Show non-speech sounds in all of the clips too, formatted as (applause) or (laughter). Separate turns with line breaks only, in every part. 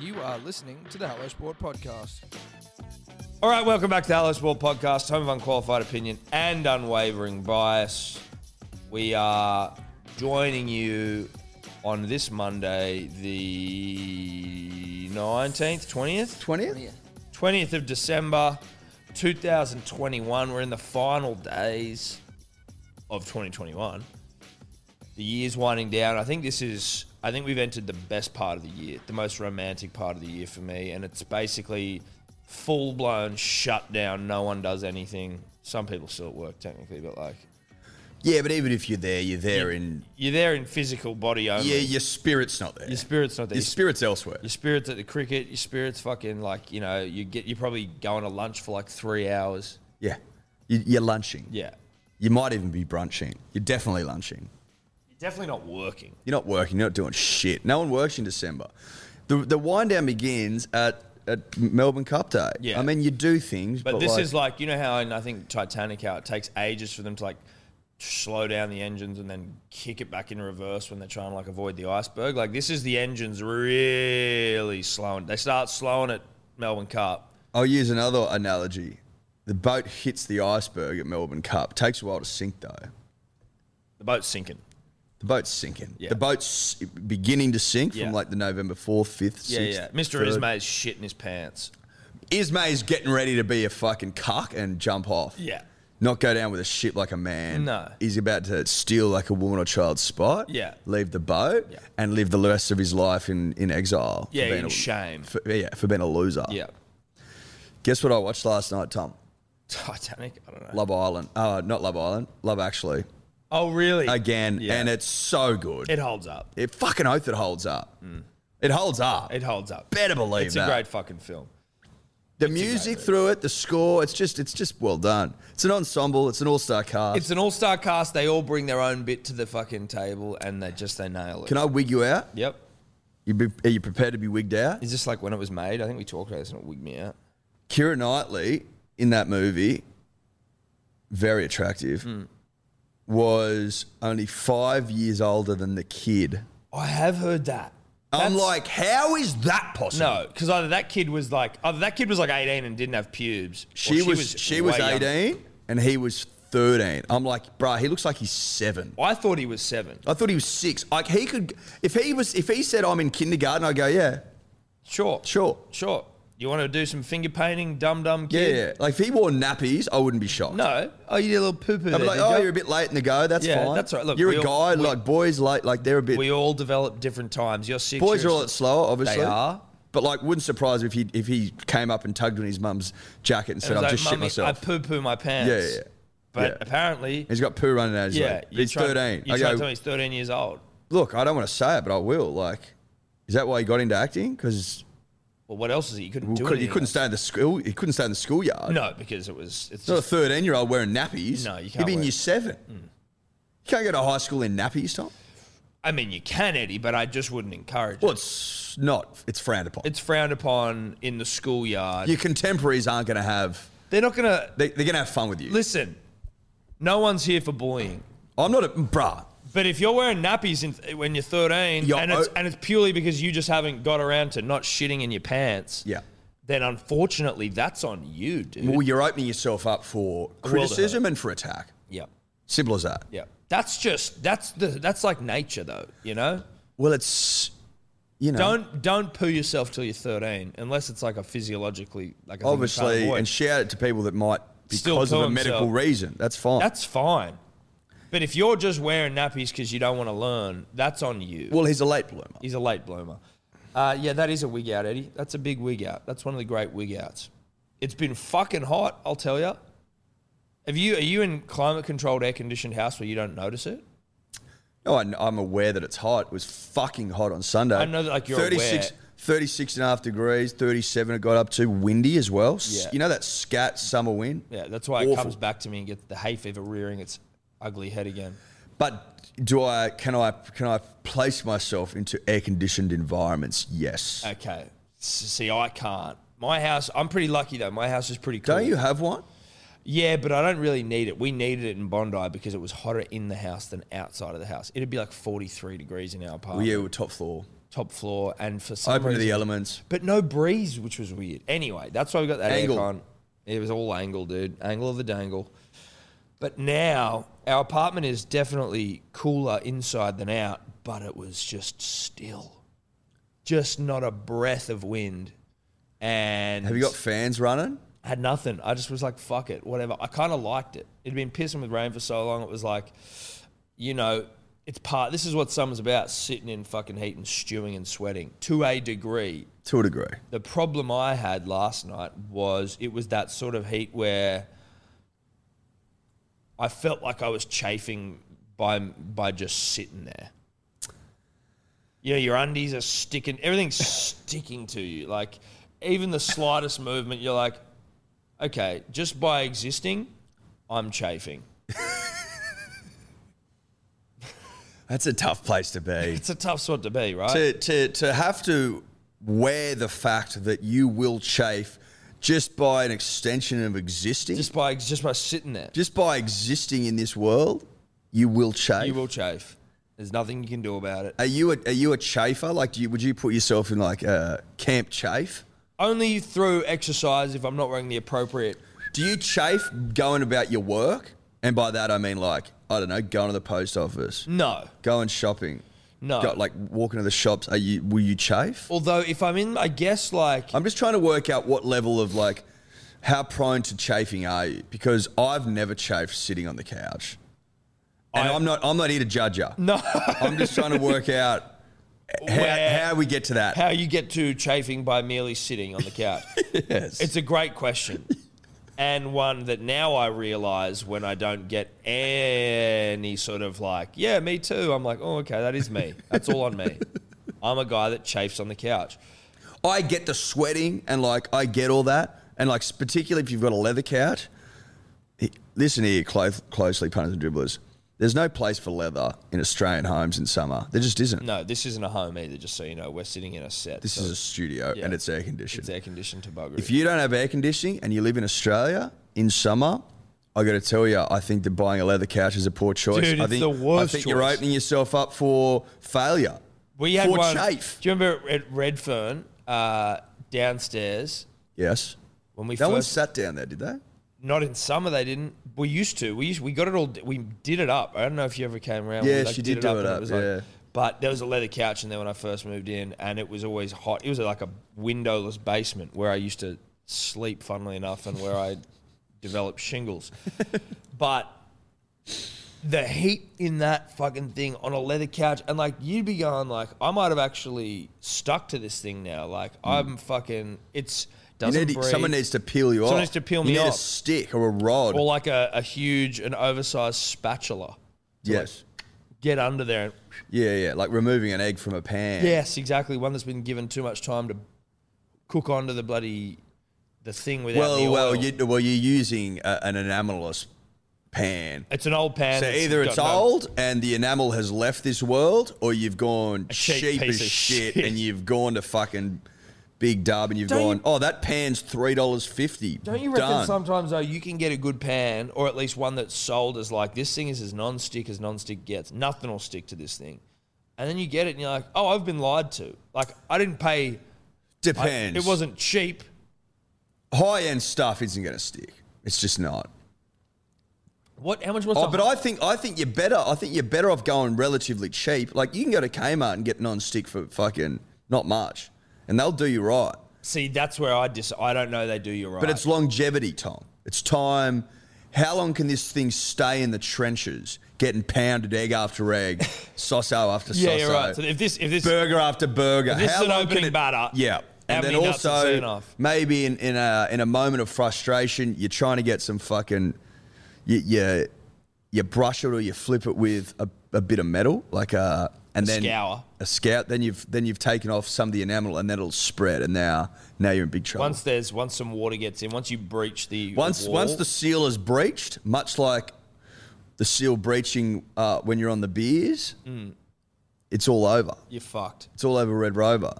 You are listening to the Hello Sport Podcast.
All right, welcome back to the Hello Sport Podcast, home of unqualified opinion and unwavering bias. We are joining you on this Monday, the 19th, 20th?
20th?
20th of December, 2021. We're in the final days of 2021. The year's winding down. I think this is, I think we've entered the best part of the year, the most romantic part of the year for me. And it's basically full blown shutdown. No one does anything. Some people still at work, technically, but like,
Yeah, but even if you're there, you're there in.
you're there in physical body only.
Yeah, your spirit's not there.
Your spirit's not there.
Your spirit's elsewhere.
Your spirit's at the cricket. Your spirit's fucking like you know you get you're probably going to lunch for like three hours.
Yeah. You- You're lunching.
Yeah,
You might even be brunching. You're definitely lunching.
you're definitely not working.
You're not working. You're not doing shit. No one works in December. The, the wind down begins at, at Melbourne Cup Day.
Yeah.
I mean, you do things, but,
But, this
like,
is like you know how in I think Titanic how it takes ages for them to like slow down the engines and then kick it back in reverse when they're trying to like avoid the iceberg. Like this is the engines really slowing. They start slowing at Melbourne Cup.
I'll use another analogy. The boat hits the iceberg at Melbourne Cup. Takes a while to sink though.
The boat's sinking.
The boat's sinking.
Yeah.
The boat's beginning to sink
Yeah.
from like the November fourth, fifth,
Yeah,
sixth.
yeah. Mister
third.
Ismay's shit in his pants.
Ismay's getting ready to be a fucking cuck and jump off.
Yeah.
Not go down with a ship like a man.
No.
He's about to steal like a woman or child's spot.
Yeah.
Leave the boat
Yeah.
and live the rest of his life in, in exile. for
Yeah,
being
in
a-
shame.
For, yeah, for being a loser.
Yeah. (laughs)
Guess what I watched last night, Tom?
Titanic. I don't know.
Love Island. Uh, not Love Island. Love Actually.
Oh really?
Again.
Yeah.
And it's so good. It,
It holds up.
fucking oath it holds up. It holds up.
Mm. It holds up.
Better believe
It's
that.
a great fucking film.
the music through it, the score, it's just it's just well done. It's an ensemble, it's an all-star cast.
It's an all-star cast. They all bring their own bit to the fucking table, and they just they nail it.
Can I wig you out?
yep.
You be, are you prepared to be wigged out?
It's just like when it was made. I think we talked about this, and it wigged me out.
Kira Knightley in that movie, very attractive,
Hmm.
was only five years older than the kid.
I have heard that.
I'm
That's-
like, how is that possible?
no, because either that kid was like either that kid was like 18 and didn't have pubes. or
she, was, she was
way younger.
18 and he was 13. I'm like, bruh, he looks like he's seven.
I thought he was seven.
I thought he was six. Like he could, if he was, if he said I'm in kindergarten, I go, yeah,
Sure,
sure,
sure. You want to do some finger painting, dum dum
yeah.
kid?
yeah. Like if he wore nappies, I wouldn't be shocked.
No. Oh, you did a little poo poo.
I'd be like, oh, you're a bit late in the go. That's
Yeah,
fine.
that's all right. Look,
you're
we
a
all-
guy.
we-
like boys, like like they're a bit.
we all develop different times. You're six.
boys are
you're
a lot slower, obviously.
They are.
But like, wouldn't surprise me if he if he came up and tugged on his mum's jacket and said,
And
"I've
it's
just
like,
shit
"Mummy,
myself."
I poo poo my pants.
Yeah, yeah, yeah.
But
Yeah.
apparently,
He's got poo running out his
yeah,
leg.
you
He's
tried-
thirteen.
You tried
I
to tell me
go,
he's thirteen years old.
look, I don't want to say it, but I will. Like, is that why he got into acting? Because
Well, what else is he? You couldn't do
he
anything
couldn't
else.
stay in the school. He couldn't stay in the schoolyard.
No, because it was. It's
It's not a
just,
thirteen-year-old wearing nappies.
No, you
He'd
can't
be in
wear- Mm.
year seven. You can't go to high school in nappies, Tom.
I mean, you can Eddie, but I just wouldn't encourage
Well,
it.
it's not. It's frowned upon.
It's frowned upon in the schoolyard.
Your contemporaries aren't going to have.
They're not gonna
They, they're going to have fun with you.
listen. No one's here for bullying.
I'm not a bruh.
But if you're wearing nappies in, when you're 13,
You're
and it's,
o-
and it's purely because you just haven't got around to not shitting in your pants,
Yeah.
then unfortunately that's on you, dude.
Well, you're opening yourself up for
of hurt.
criticism and for attack.
yeah.
Simple as that.
Yeah, that's just that's the that's like nature though. You know,
Well, it's you know
don't don't poo yourself till you're 13 unless it's like a physiologically like a thing you can't
obviously,
avoid.
and shout it to people that might
Still
because of
kill
a medical
themselves.
reason. That's fine.
that's fine. But if you're just wearing nappies because you don't want to learn, that's on you.
well, he's a late bloomer.
He's a late bloomer. Uh, yeah, that is a wig out, Eddie. That's a big wig out. That's one of the great wig outs. It's been fucking hot, I'll tell you. Have you are you in climate controlled air conditioned house where you don't notice it?
No, I, I'm aware that it's hot. It was fucking hot on Sunday.
I know that, like, you're
36,
aware.
36 and a half degrees, 37 it got up to, windy as well. S-
Yeah.
You know that scat summer wind?
Yeah, that's why it
Awful.
comes back to me and gets the hay fever rearing its ugly head again.
But do I can I can I place myself into air conditioned environments? Yes.
Okay. S- See, I can't. My house, I'm pretty lucky though. My house is pretty cool.
Don't you have one?
Yeah, but I don't really need it. We needed it in Bondi because it was hotter in the house than outside of the house. It'd be like 43 degrees in our
Well,
apartment.
Oh, yeah, we're top floor.
top floor, and for some
Open to
reason,
the elements.
but no breeze, which was weird. Anyway, that's why we got that
Angle.
aircon. It was all angle, dude. Angle of the dangle. But now our apartment is definitely cooler inside than out, but it was just still. Just not a breath of wind. And
Have you got fans running?
had nothing. I just was like, fuck it, whatever. I kind of liked it. It'd been pissing with rain for so long. It was like, you know, it's part. This is what summer's about: sitting in fucking heat and stewing and sweating to a degree.
To a degree.
The problem I had last night was it was that sort of heat where I felt like I was chafing by by just sitting there. You know, your undies are sticking, everything's (laughs) sticking to you. Like, even the slightest movement, you're like, okay, just by existing, I'm chafing.
That's a tough place (laughs) to be.
It's a tough spot to be, right?
to, to, to have to wear the fact that you will chafe just by an extension of existing, just,
Just by just by sitting there,
by existing in this world, you will chafe.
you will chafe. There's nothing you can do about it.
Are you a, are you a chafer? Like, do you, would you put yourself in like a camp chafe?
Only through exercise if I'm not wearing the appropriate
Do you chafe going about your work? And by that I mean like I don't know, going to the post office,
No,
going shopping,
no.
got like walking to the shops. Are you will you chafe?
Although if I'm in, I guess like
I'm just trying to work out what level of like how prone to chafing are you? Because I've never chafed sitting on the couch, and I,
I-
am not I'm not here to judge you.
(laughs) no,
I'm just trying to work out
(laughs) Where-
how, how we get to that.
how you get to chafing by merely sitting on the couch.
(laughs) yes.
It's a great question, and one that now I realise when I don't get any sort of like, yeah, me too. I'm like, oh, okay, that is me. That's all on
(laughs)
me. I'm a guy that chafes on the couch.
I get the sweating and like I get all that, and like particularly if you've got a leather couch. He- Listen here, close, closely, punters and dribblers. There's no place for leather in Australian homes in summer. There just isn't.
No, this isn't a home either. Just so you know, we're sitting in a set.
This
so
is a studio
yeah.
and it's air conditioned.
it's air conditioned to bugger.
If you don't have air conditioning and you live in Australia in summer, I got to tell you, I think that buying a leather couch is a poor choice.
Dude,
I
it's
think,
the worst
I think you're
choice.
opening yourself up for failure.
we had
for
one.
chafe.
Do you remember at Redfern uh, downstairs
Yes.
when we
No
first
one sat down there, did they?
Not in summer, they didn't. We used to. We used, we got it all. We did it up. I don't know if you ever came around.
Yeah,
we like
she did do it
and
up,
was
yeah.
Like, but there was a leather couch in there when I first moved in, and it was always hot. It was like a windowless basement where I used to sleep, funnily enough, and where
(laughs)
I developed shingles. but the heat in that fucking thing on a leather couch, and like you'd be going like, I might have actually stuck to this thing now. Like I'm fucking. It's
Hmm. You
doesn't
need to-
breathe.
someone needs to peel you off.
Someone needs to peel me
You need a
off.
stick or a rod.
or like a, a huge an oversized spatula to like
yes.
get under there and
yeah, yeah. Like removing an egg from a pan.
yes exactly one that's been given too much time to cook onto the bloody the thing without
Well,
the oil.
well, you, well, you're using a, an enamelous pan.
it's an old pan
So
that's
either
got
it's
no-
old and the enamel has left this world, or you've gone
cheap
cheap
piece
as
of
shit,
shit.
and you've gone to fucking Big Dub and you've
Don't
gone,
you-
oh, that pan's three dollars fifty.
don't you reckon sometimes though you can get a good pan or at least one that's sold as like this thing is as non-stick as non-stick gets nothing will stick to this thing and then you get it and you're like oh i've been lied to like i didn't pay I-
Depends.
it wasn't cheap
high end stuff isn't going to stick. It's just not.
what how much was
Oh,
the-
but I think I think you're better. I think you're better off going relatively cheap. Like you can go to Kmart and get non-stick for fucking not much, and they'll do you right.
see that's where i dis i don't know they do you right
But it's longevity, Tom. It's time. How long can this thing stay in the trenches, getting pounded egg after
(laughs)
egg, soso after
Yeah,
soso,
you're right. So if this, if this,
burger after burger?
this is
How
an
long can
opening
it-
batter,
Yeah.
how
And then
many nuts is soon
also Mm.
enough?
maybe in, in a in a moment of frustration, you're trying to get some fucking you you, you brush it or you flip it with a, a bit of metal, like a and then
scour.
a scout. Then you've then you've taken off some of the enamel and then it'll spread, and now now you're in big trouble.
once there's once some water gets in, once you breach the
Once
wall,
once the seal is breached, much like the seal breaching uh, when you're on the beers,
Mm.
it's all over.
you're fucked.
It's all over Red Rover.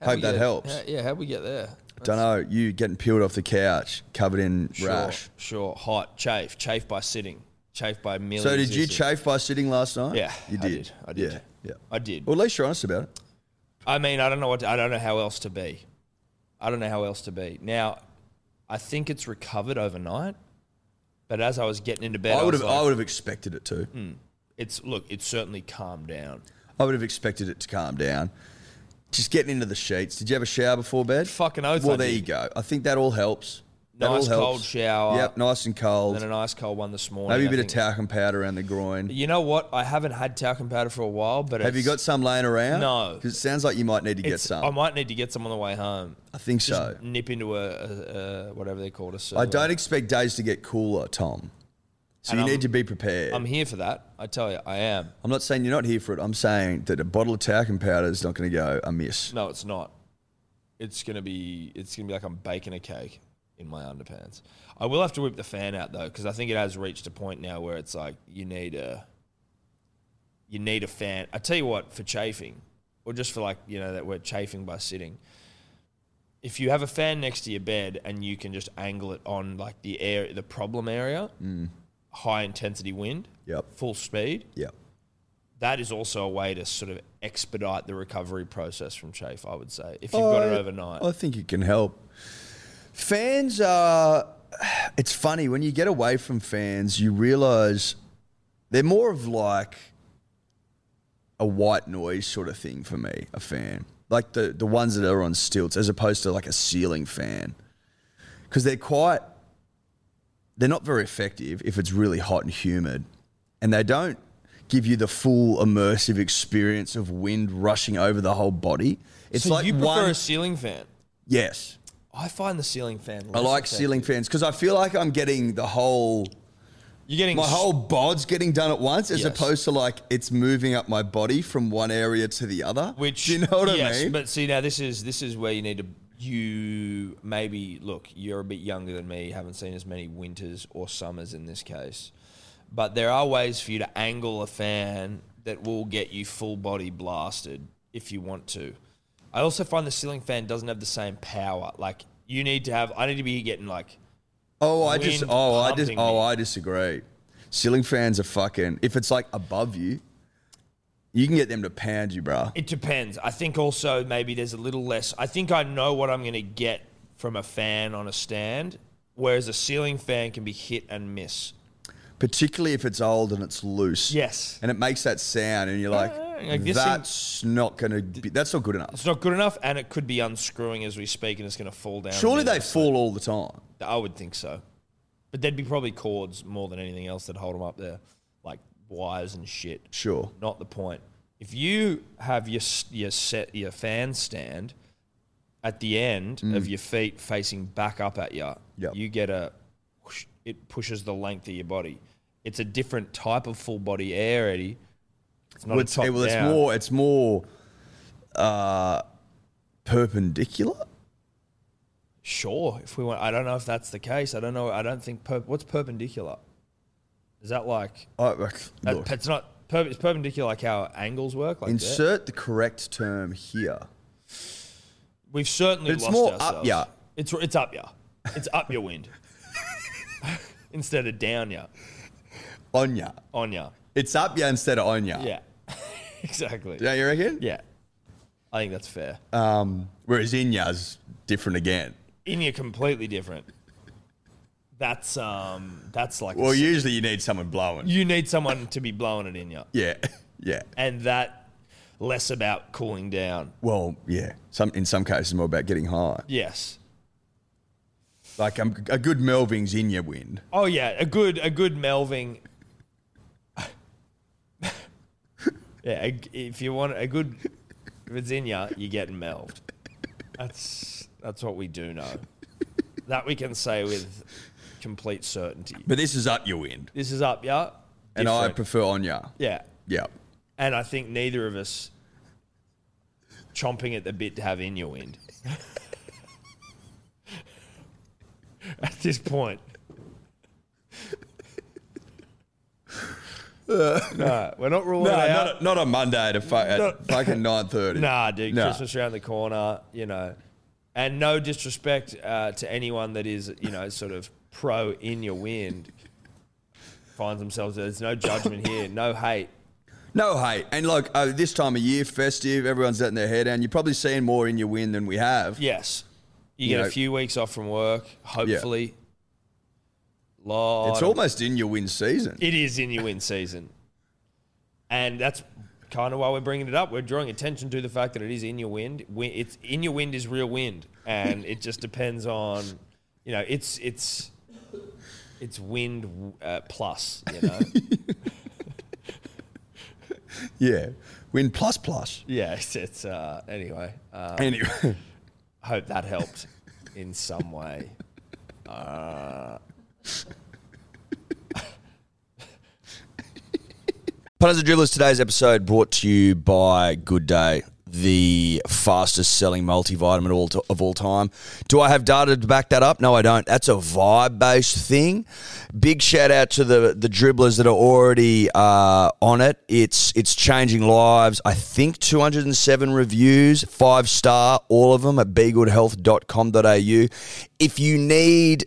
How'd
Hope
we
that
get-
helps.
how- yeah, how we get there?
Don't know. You getting peeled off the couch, covered in
Sure,
rash.
sure. Hot chafe, chafe by sitting, chafe by merely.
So did you
existing.
chafe by sitting last night?
Yeah,
you
I
did.
did. I did.
Yeah. Yeah.
I did.
Well, at least you're honest about it.
I mean, I don't know what to, I don't know how else to be. I don't know how else to be. Now, I think it's recovered overnight, but as I was getting into bed,
I would
was
have. I
like, Hmm.
would have expected it to.
It's look, it's certainly calmed down.
I would have expected it to calm down. Just getting into the sheets. Did you have a shower before bed?
Fucking oath.
Well,
I
there
did.
you go. I think that all helps. That
Nice
all helps.
cold shower.
Yep, nice and cold.
Then an ice cold one this morning.
Maybe a
I
bit of
think.
talcum powder around the groin.
You know what? I haven't had talcum powder for a while, but
Have you
it's-
got some laying around?
No.
Because it sounds like you might need to get
it's-
some.
I might need to get some on the way home.
I think
Just
so.
nip into a, a, a whatever they call it. I
I don't expect days to get cooler, Tom. So
And
you
I'm-
need to be prepared.
I'm
I'm,
here for that. I tell you, I am.
not saying you're not here for it. I'm saying that a bottle of talcum powder is not going to go amiss.
No, it's not. It's gonna be. It's gonna be like I'm baking a cake in my underpants. I will have to whip the fan out though, because I think it has reached a point now where it's like you need a. You need a fan. I tell you what, for chafing, or just for like you know that word chafing by sitting. If you have a fan next to your bed and you can just angle it on like the air, the problem area, high intensity wind,
Yep.
full speed,
Yep.
that is also a way to sort of expedite the recovery process from chafe, I would say, if you've got it
I-
overnight.
Oh, I think it can help. Fans are. It's funny when you get away from fans, you realize they're more of like a white noise sort of thing for me. A fan, like the the ones that are on stilts, as opposed to like a ceiling fan, because they're quite. They're not very effective if it's really hot and humid, and they don't give you the full immersive experience of wind rushing over the whole body. It's
so
like
you prefer
one
a ceiling fan.
Yes.
I find the ceiling fan.
I
less
like
effective.
ceiling fans because I feel like I'm getting the whole
You're getting
my whole bod's getting done at once as
Yes.
opposed to like it's moving up my body from one area to the other.
which
Do you know what
yes,
I mean?
But see now this is this is where you need to you maybe look, you're a bit younger than me, haven't seen as many winters or summers in this case. But there are ways for you to angle a fan that will get you full body blasted if you want to. I also find the ceiling fan doesn't have the same power. Like you need to have I need to be getting like
oh, I just
wind
oh I just
pumping
oh
me.
I disagree. Ceiling fans are fucking if it's like above you, you can get them to pound you, bruh.
It depends. I think also maybe there's a little less. I think I know what I'm going to get from a fan on a stand, whereas a ceiling fan can be hit and miss.
Particularly if it's old and it's loose.
Yes.
And it makes that sound and you're like,
Like this thing-
that's not gonna be that's not good enough.
It's not good enough, and it could be unscrewing as we speak, and it's going to fall down.
Surely
on the
they
other
fall all the time.
side. I would think so. But there'd be probably cords more than anything else that hold them up there, like wires and shit.
Sure.
Not the point. If you have your s- your set your fan stand at the end of your feet facing back up at you,
Mm. Yep.
you get a whoosh, it pushes the length of your body. It's a different type of full body air, Eddie. It's not
Well,
a
it's,
top
eh, well, it's
down.
more it's more uh, perpendicular.
Sure, if we want, I don't know if that's the case. I don't know. I don't think per, what's perpendicular. Is that like
I, look,
that-
look,
it's not per, it's perpendicular like how angles work? Like that?
insert the correct term here.
We've certainly
But it's
lost
more up
ourselves.
ya.
It's it's up ya. It's up your
(laughs)
wind instead of down ya
Onya.
on ya.
It's up yeah instead of onya.
Yeah, (laughs) exactly.
Don't you reckon?
Yeah, I think that's fair.
Um, whereas inya's different again.
In you completely different. That's um that's like a
Well,
s-
usually you need someone blowing.
you need someone to be blowing it in ya,
Yeah, (laughs) yeah.
and that less about cooling down.
Well, yeah. Some in some cases more about getting high.
Yes.
Like i a good Melving's in your wind.
Oh yeah, a good a good melving. (laughs) yeah, a, if you want a good if it's in ya, you're getting melved. That's that's what we do know. That we can say with complete certainty.
But this is up your wind,
This is up, yeah.
and I
Different.
prefer onya.
yeah,
Yeah.
and I think neither of us chomping at the bit to have in your wind. (laughs) at this point. no, we're not ruling
No,
it out.
not, not on Monday to fu- at fucking nine
(laughs)
thirty.
Nah, dude,
Nah.
Christmas around the corner, you know. And no disrespect uh, to anyone that is, you know, sort of pro in your wind finds themselves. There's no judgment here, no hate.
No hate. And look, uh, this time of year, festive, everyone's letting their hair down. You're probably seeing more in your win than we have.
Yes. You,
You
get
know-
a few weeks off from work, hopefully. Lot
It's
of-
almost in your win season.
It is in your win season. And that's kind of why we're bringing it up. We're drawing attention to the fact that it is in your wind. Wi- It's in your wind is real wind, and it just depends on, you know, it's it's it's wind uh, plus. You
(laughs)
know,
Yeah. Win plus plus.
yeah. It's, it's uh, anyway. Uh,
Anyway.
hope that helped in some way.
Punters and Dribblers, today's episode brought to you by Good Day, the fastest selling multivitamin all to, of all time. Do I have data to back that up? No, I don't. That's a vibe based thing. Big shout out to the, the dribblers that are already uh, on it. It's, it's changing lives. I think 207 reviews, five star, all of them at begoodhealth.com.au. If you need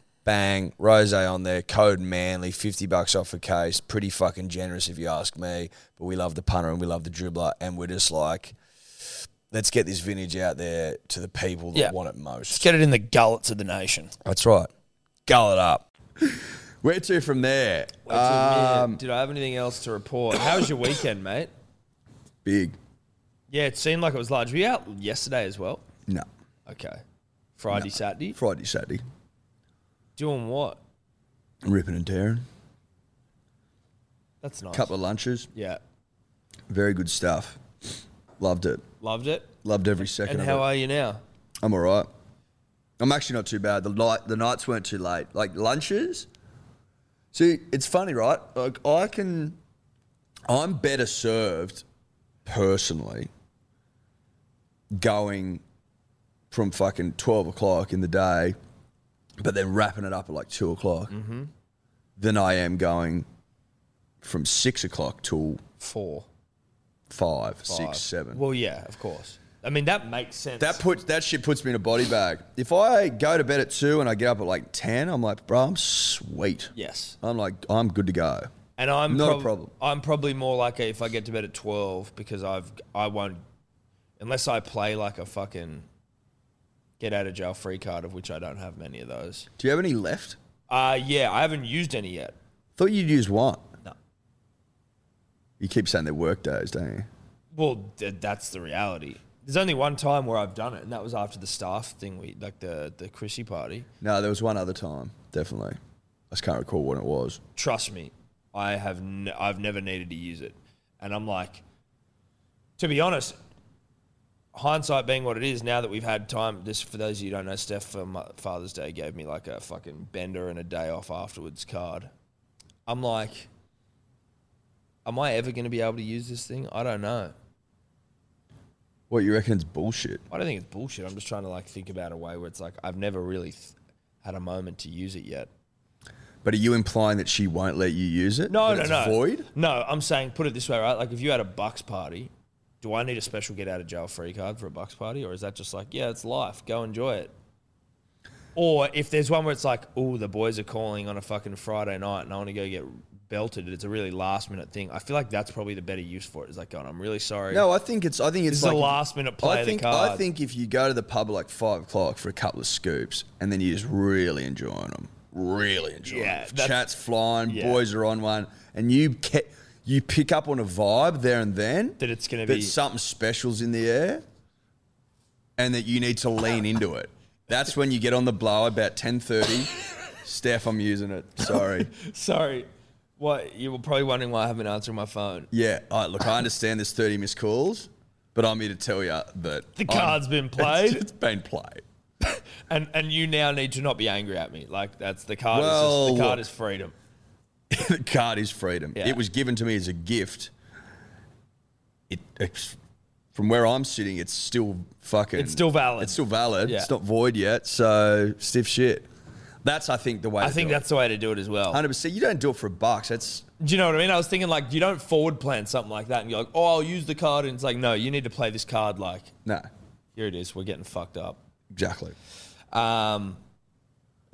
bang, rose on there, code Manly, 50 bucks off a case. Pretty fucking generous if you ask me. But we love the punter and we love the dribbler. And we're just like, let's get this vintage out there to the people that
Yeah.
want it most.
Let's get it in the gullets of the nation.
That's right. Gull it up. Where to from there? Um,
Did I have anything else to report? How was your weekend, mate?
Big.
(coughs) Yeah, it seemed like it was large. Were you out yesterday as well?
No.
Okay. Friday, Saturday.
Friday, Saturday.
Doing what?
Ripping and tearing.
That's nice.
Couple of lunches.
Yeah.
Very good stuff. Loved it.
Loved it.
Loved every second
And
of
how
it.
are you now?
I'm all right. I'm actually not too bad. The night, the nights weren't too late. Like lunches. See, it's funny, right? Like I can, I'm better served, personally. Going from fucking twelve o'clock in the day, but then wrapping it up at like two o'clock, than I am going from six o'clock till
Four.
five, six, seven.
Five. Well, yeah, of course. I mean, that makes sense.
That puts that shit puts me in a body bag. If I go to bed at two and I get up at like ten, I'm like, bro, I'm sweet.
yes.
I'm like, I'm good to go.
And I'm
Not a
prob-
problem.
I'm probably more like a, if I get to bed at twelve because I've I won't unless I play like a fucking get out of jail free card of which I don't have many of those.
Do you have any left?
Uh yeah, I haven't used any yet.
Thought you'd used one.
No.
You keep saying they're work days, don't you?
Well, th- that's the reality. There's only one time where I've done it, and that was after the staff thing we like the the Chrissy party.
No, there was one other time, definitely. I just can't recall when it was.
Trust me, I have n- I've never needed to use it, and I'm like, to be honest, hindsight being what it is, now that we've had time, this for those of you who don't know, Steph for my Father's Day gave me like a fucking bender and a day off afterwards card. I'm like, am I ever going to be able to use this thing? I don't know.
What you reckon it's bullshit?
I don't think it's bullshit. I'm just trying to like think about a way where it's like I've never really th- had a moment to use it yet.
But are you implying that she won't let you use it?
No,
That
no,
it's
no.
Void.
No, I'm saying put it this way, right? Like if you had a bucks party, do I need a special get out of jail free card for a bucks party, or is that just like yeah, it's life, go enjoy it? Or if there's one where it's like, oh, the boys are calling on a fucking Friday night and I want to go get belted, it's a really last minute thing. I feel like that's probably the better use for it. Is like, going, I'm really sorry.
No, I think it's. I think it's
This is
like
a last minute play
I
of
think.
the card.
I think if you go to the pub at like five o'clock for a couple of scoops and then you're just really enjoying them, really enjoying.
Yeah,
them.
that's-
chats flying,
yeah.
boys are on one, and you ke- you pick up on a vibe there and then
that it's gonna
that
be
something special's in the air, and that you need to lean into it. That's when you get on the blow about ten thirty. Steph, I'm using it.
(laughs)
Sorry.
(laughs) Sorry. What you were probably wondering why I haven't been answering my phone.
Yeah, all right, look, I understand there's 30 missed calls, but I'm here to tell you that
The
I'm-
card's (laughs) been
it's-
played.
it's been played.
And and you now need to not be angry at me. Like that's the card is
Well,
just, the card
look.
is freedom.
the card is freedom.
Yeah.
It was given to me as a gift. It, it's, from where I'm sitting, it's still fucking.
It's still valid.
It's still valid.
Yeah.
It's not void yet. So stiff shit. That's I think the way.
I
to
think
do it.
that's the way to do it as well.
100%. You don't do it for a bucks. That's
Do you know what I mean? I was thinking like you don't forward plan something like that and you're like, oh, I'll use the card, and it's like, no, you need to play this card. Like
no,
here it is, we're getting fucked up.
exactly.
Um,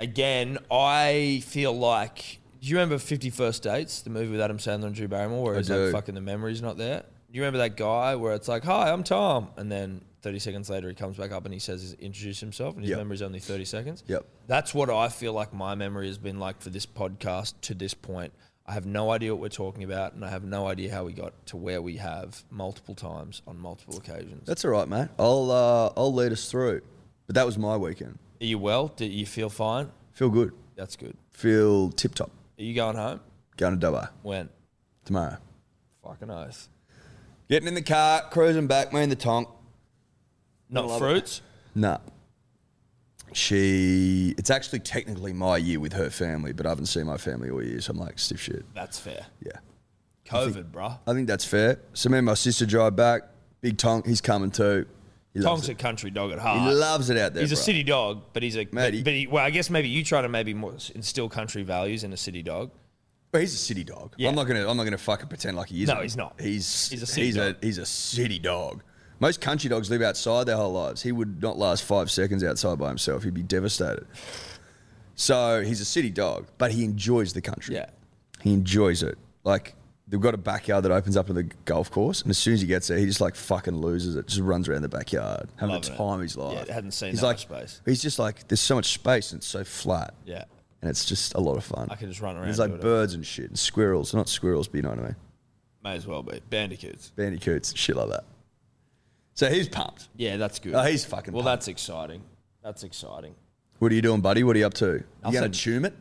again, I feel like. Do you remember Fifty First Dates, the movie with Adam Sandler and Drew Barrymore, where it's
do.
like fucking the memory's not there? Do you remember that guy where it's like, "Hi, I'm Tom," and then thirty seconds later he comes back up and he says, "Introduce himself," and his
Yep.
memory's only thirty seconds.
Yep.
That's what I feel like my memory has been like for this podcast to this point. I have no idea what we're talking about, and I have no idea how we got to where we have multiple times on multiple occasions.
That's all right, mate. I'll uh, I'll lead us through. But that was my weekend.
Are you well? Do you feel fine?
Feel good.
That's good.
Feel tip top.
Are you going home?
Going to Dubbo
When?
tomorrow.
Fucking oath.
Getting in the car, cruising back, me and the tonk.
Not fruits.
Nah. She, it's actually technically my year with her family, but I haven't seen my family all year, so I'm like, stiff shit.
That's fair.
Yeah.
COVID, bruh.
I think that's fair. So me and my sister drive back. Big Tonk, he's coming too. He loves
Tom's a
it.
country dog at
He
heart.
loves it out there.
he's a
bro.
city dog, but he's a
Mate, he-
but, but he, well, I guess maybe you try to maybe more instill country values in a city dog.
But he's a city dog.
Yeah.
I'm not gonna. I'm not gonna fucking pretend like he is.
No, he's not.
He's
He's a city
he's
dog.
A, he's a city dog. Most country dogs live outside their whole lives. He would not last five seconds outside by himself. He'd be devastated. So he's a city dog, but he enjoys the country.
Yeah.
he enjoys it. Like they've got a backyard that opens up to the golf course, and as soon as he gets there, he just like fucking loses it. Just runs around the backyard, having
Loving
the
it.
time of his life.
Yeah, hadn't seen
he's
that
like,
much space.
He's just like, there's so much space and it's so flat
Yeah,
and it's just a lot of fun.
I could just run around.
There's
do
like
whatever.
birds and shit and squirrels, not squirrels, but you know what I mean.
May as well be bandicoots.
Bandicoots, shit like that. So he's pumped.
Yeah, that's good.
Oh, he's fucking.
well,
pumped.
that's exciting. That's exciting.
What are you doing, buddy? What are you up to? You gonna
Nothing.
tune it?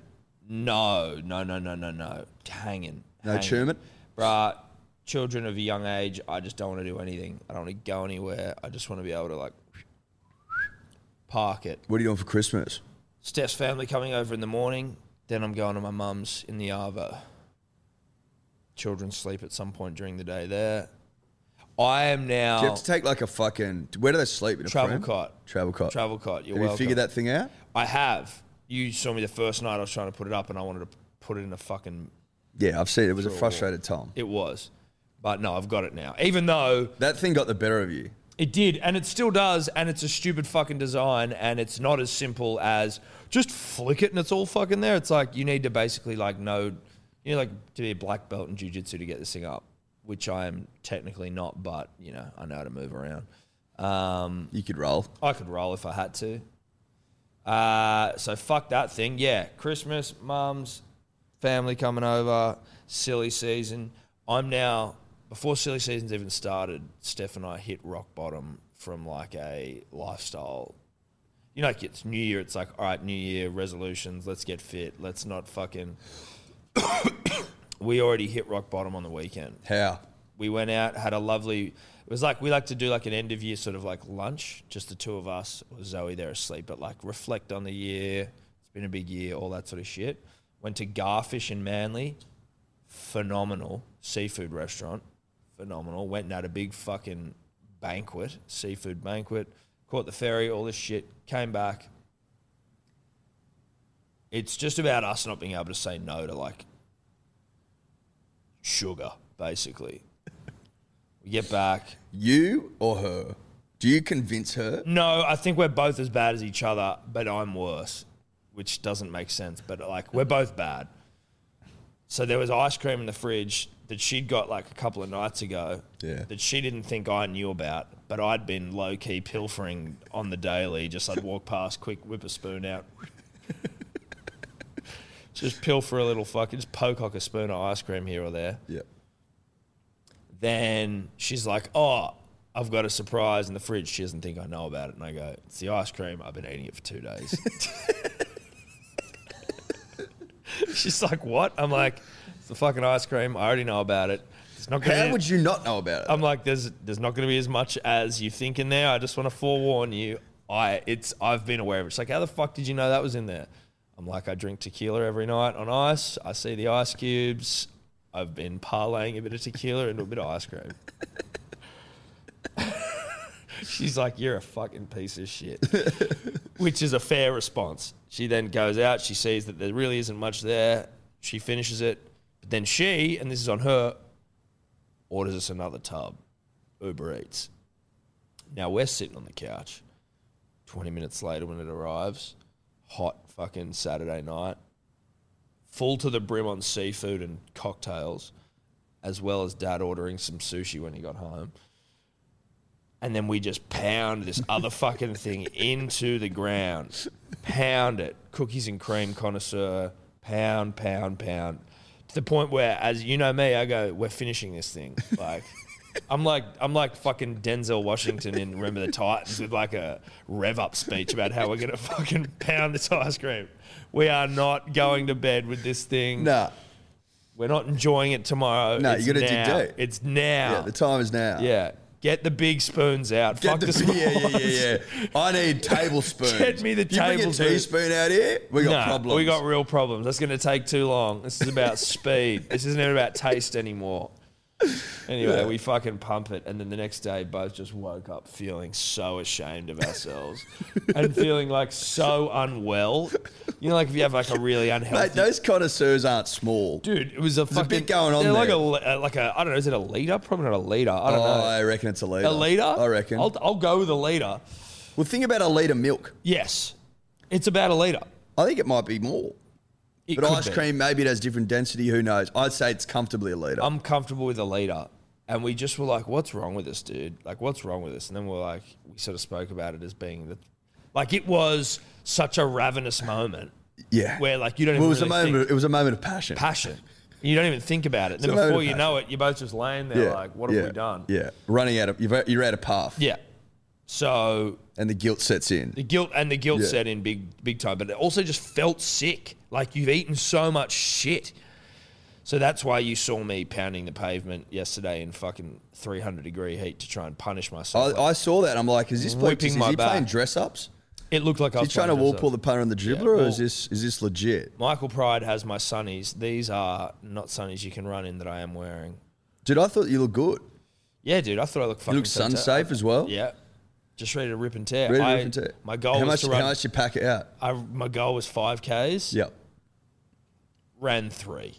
No, no, no, no, no, no. Hanging.
No
hanging.
tumor?
Bruh, children of a young age, I just don't want to do anything. I don't want to go anywhere. I just want to be able to, like, park it.
What are you doing for Christmas?
Steph's family coming over in the morning. Then I'm going to my mum's in the Arvo. Children sleep at some point during the day there. I am
Do you have
now
to take like a fucking. Where do they sleep? In a
Oh. Travel
pram?
cot.
Travel cot.
travel cot. You're
Have you
welcome.
figured that thing out?
I have. You saw me the first night I was trying to put it up, and I wanted to put it in a fucking
Yeah, I've seen it. It was a
Sure.
frustrated Tom.
It was. But no, I've got it now. Even though
That thing got the better of you.
it did, and it still does, and it's a stupid fucking design, and it's not as simple as just flick it and it's all fucking there. It's like you need to basically like know, you know, like to be a black belt in jujitsu to get this thing up, which I am technically not, but you know, I know how to move around. Um,
You could roll.
I could roll if I had to. Uh, so fuck that thing. Yeah, Christmas, mums, family coming over, silly season. I'm now before silly season's even started. Steph and I hit rock bottom from like a lifestyle. You know, like it's New Year. It's like all right, New Year resolutions. Let's get fit. Let's not fucking. (coughs) we already hit rock bottom on the weekend.
How?
We went out, had a lovely. It was like we like to do like an end of year sort of like lunch, just the two of us, or Zoe there asleep, but like reflect on the year. It's been a big year, all that sort of shit. Went to Garfish in Manly, phenomenal seafood restaurant, phenomenal. Went and had a big fucking banquet, seafood banquet. Caught the ferry, all this shit. Came back. It's just about us not being able to say no to like sugar, basically. we get back.
You or her? Do you convince her?
No, I think we're both as bad as each other, but I'm worse, which doesn't make sense. But like, we're both bad. So there was ice cream in the fridge that she'd got like a couple of nights ago
Yeah.
that she didn't think I knew about, but I'd been low key pilfering on the daily. Just I'd walk past, quick whip a spoon (laughs) out, just pilfer a little fucking, just poke like a spoon of ice cream here or there
Yeah.
then she's like, "Oh, I've got a surprise in the fridge." She doesn't think I know about it, and I go, "It's the ice cream. I've been eating it for two
(laughs)
days." she's like, "What?" I'm like, "It's the fucking ice cream. I already know about it. It's not gonna."
How
be-
would you not know about it?
I'm like, "There's there's not going to be as much as you think in there. I just want to forewarn you. I it's I've been aware of it." She's like, "How the fuck did you know that was in there?" I'm like, "I drink tequila every night on ice. I see the ice cubes." I've been parlaying a bit of tequila into a bit of ice cream. (laughs) She's like, "You're a fucking piece of shit," (laughs) which is a fair response. She then goes out. She sees that there really isn't much there. She finishes it, but then she, and this is on her, orders us another tub, Uber Eats. Now we're sitting on the couch. Twenty minutes later, when it arrives, hot fucking Saturday night, full to the brim on seafood and cocktails, as well as dad ordering some sushi when he got home and then we just pound this other fucking thing into the ground. Pound it. Cookies and cream connoisseur. Pound, pound, pound. To the point where, as you know me, I go, we're finishing this thing. Like, I'm like, I'm like fucking Denzel Washington in Remember the Titans with like a rev up speech about how we're gonna fucking pound this ice cream. We are not going to bed with this thing.
nah.
We're not enjoying it tomorrow.
No,
It's
you gotta dig
now.
deep.
It's now.
Yeah, the time is now.
Yeah. Get the big spoons out.
Get
Fuck the,
the,
small
(laughs) yeah, yeah,
ones.
yeah, yeah. I need tablespoons.
Get me the
you bring a
tablespoon.
teaspoon out here. We got
Nah,
problems.
We got real problems. That's going to take too long. This is about (laughs) speed. This isn't even about taste anymore. Anyway,
Yeah.
we fucking pump it. And then the next day, both just woke up feeling so ashamed of
(laughs)
ourselves and feeling like so unwell. You know, like if you have like a really unhealthy.
Mate, those connoisseurs aren't small.
Dude, it was a fucking
bit going on
they're like
there.
a li- uh, like a I don't know is it a leader probably not a leader I don't
oh,
know
I reckon it's a leader.
a leader
I reckon.
I'll, I'll go with a leader
well, think about a liter milk.
Yes, it's about a liter.
I think it might be more.
It
But
could
ice
be.
cream, maybe it has different density. Who knows? I'd say it's comfortably a liter.
I'm comfortable with a liter, and we just were like, "What's wrong with this, dude? Like, what's wrong with this?" And then we're like, we sort of spoke about it as being the, like, it was such a ravenous moment
yeah.
where like you don't even
Well, it was
really
a moment.
think
It was a moment of passion.
passion. You don't even think about it. And
a
then
moment
before
of
you know it, you're both just laying there like, "What have
yeah,
we done?"
Yeah, running out of you've, you're out of path.
Yeah. So
and the guilt sets in.
The guilt and the guilt
Yeah.
set in big big time, but it also just felt sick. Like you've eaten so much shit. So that's why you saw me pounding the pavement yesterday in fucking 300 degree heat to try and punish myself.
I, I saw that. I'm like, is this bloke
Whipping
is
my
he
back.
playing dress ups?
it looked like I
He's
was
trying to
playing
wall
dress
pull
up.
the punter and the dribbler, or is
well-
this is this legit?
Michael Pride has my sunnies. These are not sunnies you can run in that I am wearing.
Dude, I thought you looked good.
Yeah, dude, I thought I looked fucking
You looked sun
fantastic.
safe as well.
Yeah, just ready to rip and tear.
Ready to
I-
rip and tear.
My goal
How
was
much?
to run.
How much you pack it out?
I, my goal was five k's.
Yep.
Ran three.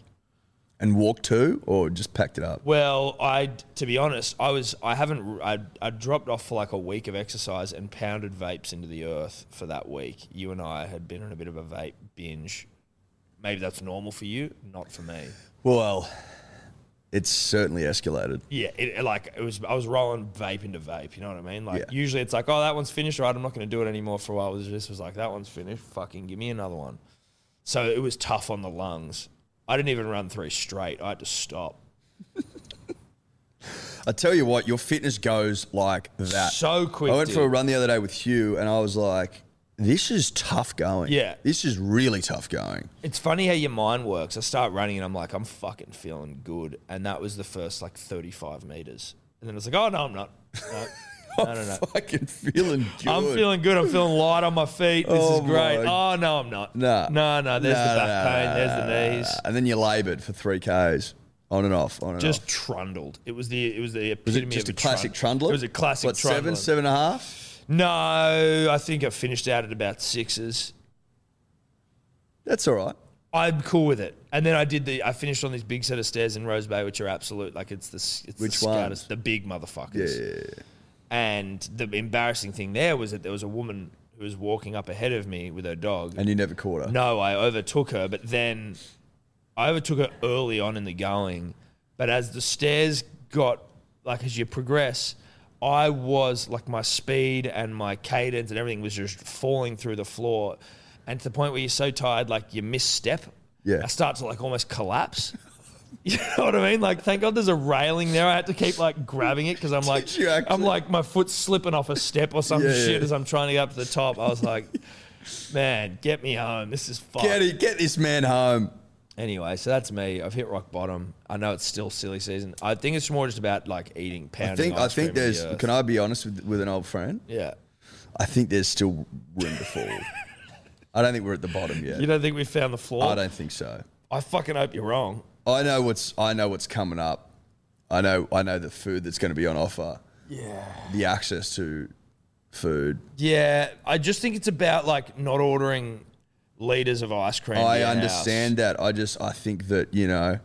And walk two, or just packed it up.
Well, I to be honest, I was I haven't I, I dropped off for like a week of exercise and pounded vapes into the earth for that week. You and I had been on a bit of a vape binge. Maybe that's normal for you, not for me.
Well, it's certainly escalated.
Yeah, it, it, like it was I was rolling vape into vape, you know what I mean? Like
Yeah.
usually it's like, "Oh, that one's finished, all right, I'm not going to do it anymore for a while." This was like, "That one's finished, fucking give me another one." So it was tough on the lungs. I didn't even run three straight. I had to stop.
I tell you what, your fitness goes like that.
So quick,
I went for
dude.
a run the other day with Hugh and I was like, this is tough going.
Yeah.
This is really tough going.
It's funny how your mind works. I start running and I'm like, I'm fucking feeling good. And that was the first like 35 meters. And then it's like, oh, no, I'm not.
(laughs)
No, no, no. no.
Fucking feeling good.
I'm feeling good. I'm feeling light on my feet. This
Oh
is great.
my-
Oh, no, I'm not.
Nah.
No, no. There's
Nah,
the back
nah,
pain.
nah,
there's
nah,
the knees.
nah. And then you laboured for three Ks on and off, on and
Just
off.
trundled. It was the it was the
Was
epitome
it just a
of
classic
trund-
trundler?
It was a classic
What, seven,
trundling.
seven and a half?
No, I think I finished out at about sixes.
That's all right.
I'm cool with it. And then I did the I finished on this big set of stairs in Rose Bay, which are absolute like it's the s- it's
Which
the
ones?
scoutest, the big motherfuckers.
Yeah, yeah, yeah.
And the embarrassing thing there was that there was a woman who was walking up ahead of me with her dog.
And you never caught her.
no, I overtook her, but then I overtook her early on in the going. But as the stairs got like as you progress, I was like my speed and my cadence and everything was just falling through the floor. And to the point where you're so tired, like you misstep.
Yeah.
I start to like almost collapse. (laughs) You know what I mean? Like, thank God there's a railing there. I had to keep like grabbing it
(laughs)
because I'm like,
you actually-
I'm like my foot's slipping off a step or some
Yeah,
shit
yeah.
as I'm trying to get up to the top. I was like, man, get me home. This is fucked.
Get, it, get this man home.
Anyway, so that's me. I've hit rock bottom. I know it's still silly season. I think it's more just about like eating
I
pounding.
think, I
ice
think
cream in the
there's,
earth.
can I be honest with, with an old friend?
yeah.
I think there's still room
(laughs)
to fall. I don't think we're at the bottom yet.
You don't think we found the floor?
I
I,
don't think so.
fucking hope you're wrong.
I know what's I know what's coming up. I know I know the food that's going to be on offer.
Yeah.
The access to food.
Yeah. I just think it's about like not ordering liters of ice cream.
I
to your house.
understand that. I just I think that you know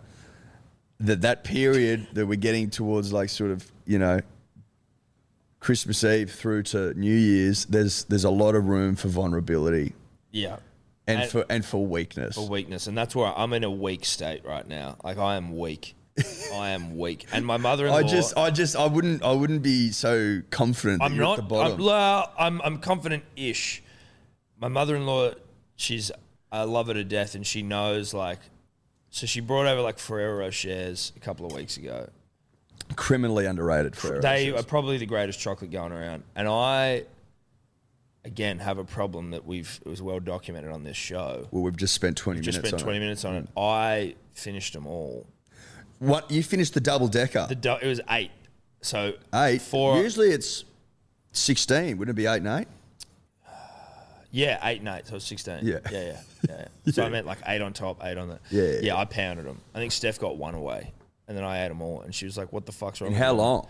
that that period that we're getting towards, like sort of you know Christmas Eve through to New Year's, there's there's a lot of room for vulnerability
Yeah.
and,
And-
for and for weakness.
A weakness, and that's where I'm in a weak state right now. Like I am
(laughs)
weak. I am weak, and my mother-in-law.
I just I just I wouldn't I wouldn't be so confident. That
I'm
you're
not.
at the
I'm,
bottom.
well, I'm, I'm confident ish. My mother in law, she's, I love her to death and she knows like, so she brought over like Ferrero Rochers a couple of weeks ago.
criminally underrated for
They are probably the greatest chocolate going around. And I, again, have a problem that we've, it was well documented on this show.
Well, we've just spent 20
Just
minutes
spent
on
20
it. Mm.
minutes on it. I finished them all.
What you finished the double decker?
The du- It was eight. So
eight.
Four.
Usually it's 16. Wouldn't it be eight and eight?
Yeah, eight and eight. So I was 16.
Yeah.
Yeah, yeah. yeah,
(laughs)
yeah. So I meant like eight on top, eight on the.
Yeah, yeah,
Yeah,
yeah.
I pounded them. I think Steph got one away. And then I ate them all. And she was like, what the fuck's wrong?
And
with
how
you?"
long?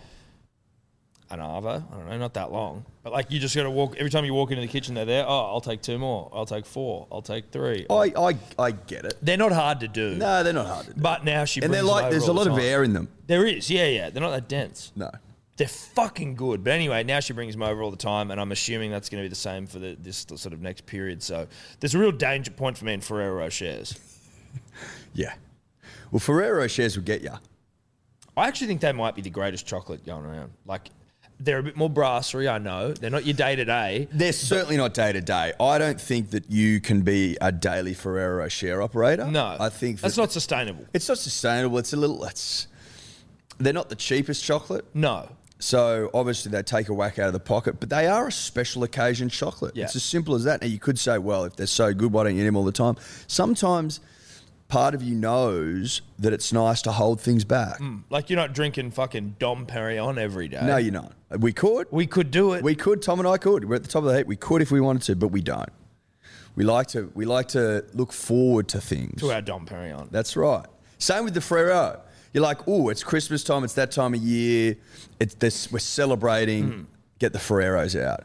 An hour. I don't know, not that long. But like, you just got to walk. Every time you walk into the kitchen, they're there. Oh, I'll take two more. I'll take four. I'll take three.
I I, I get it.
They're not hard to do.
Oh. No, they're not hard to do.
But now she
and they're
brings them
like,
over
there's a
all the
lot of
time.
air in them.
There is. Yeah, yeah. They're not that dense.
No.
They're fucking good. But anyway, now she brings them over all the time, and I'm assuming that's going to be the same for the, this sort of next period. So there's a real danger point for me in Ferrero Rochers.
Yeah. Well, Ferrero shares will get you.
I actually think they might be the greatest chocolate going around. Like, they're a bit more brasserie, I know. They're not your day to day.
They're certainly not day to day. I don't think that you can be a daily Ferrero share operator.
No.
I think
that's
that-
not sustainable.
It's not sustainable. It's a little. It's. They're not the cheapest chocolate.
No.
So obviously they take a whack out of the pocket, but they are a special occasion chocolate.
Yeah.
It's as simple as that. Now you could say, well, if they're so good, why don't you eat them all the time? Sometimes part of you knows that it's nice to hold things back.
Like, you're not drinking fucking Dom Perignon every day.
No, you're not. We could.
We could do it.
We could. Tom and I could. We're at the top of the heap. We could if we wanted to, but we don't. We like to. We like to look forward to things.
to our Dom Perignon.
That's right. Same with the Frero. You're like, oh, it's Christmas time. It's that time of year. It's this. We're celebrating. Get the Ferreros out.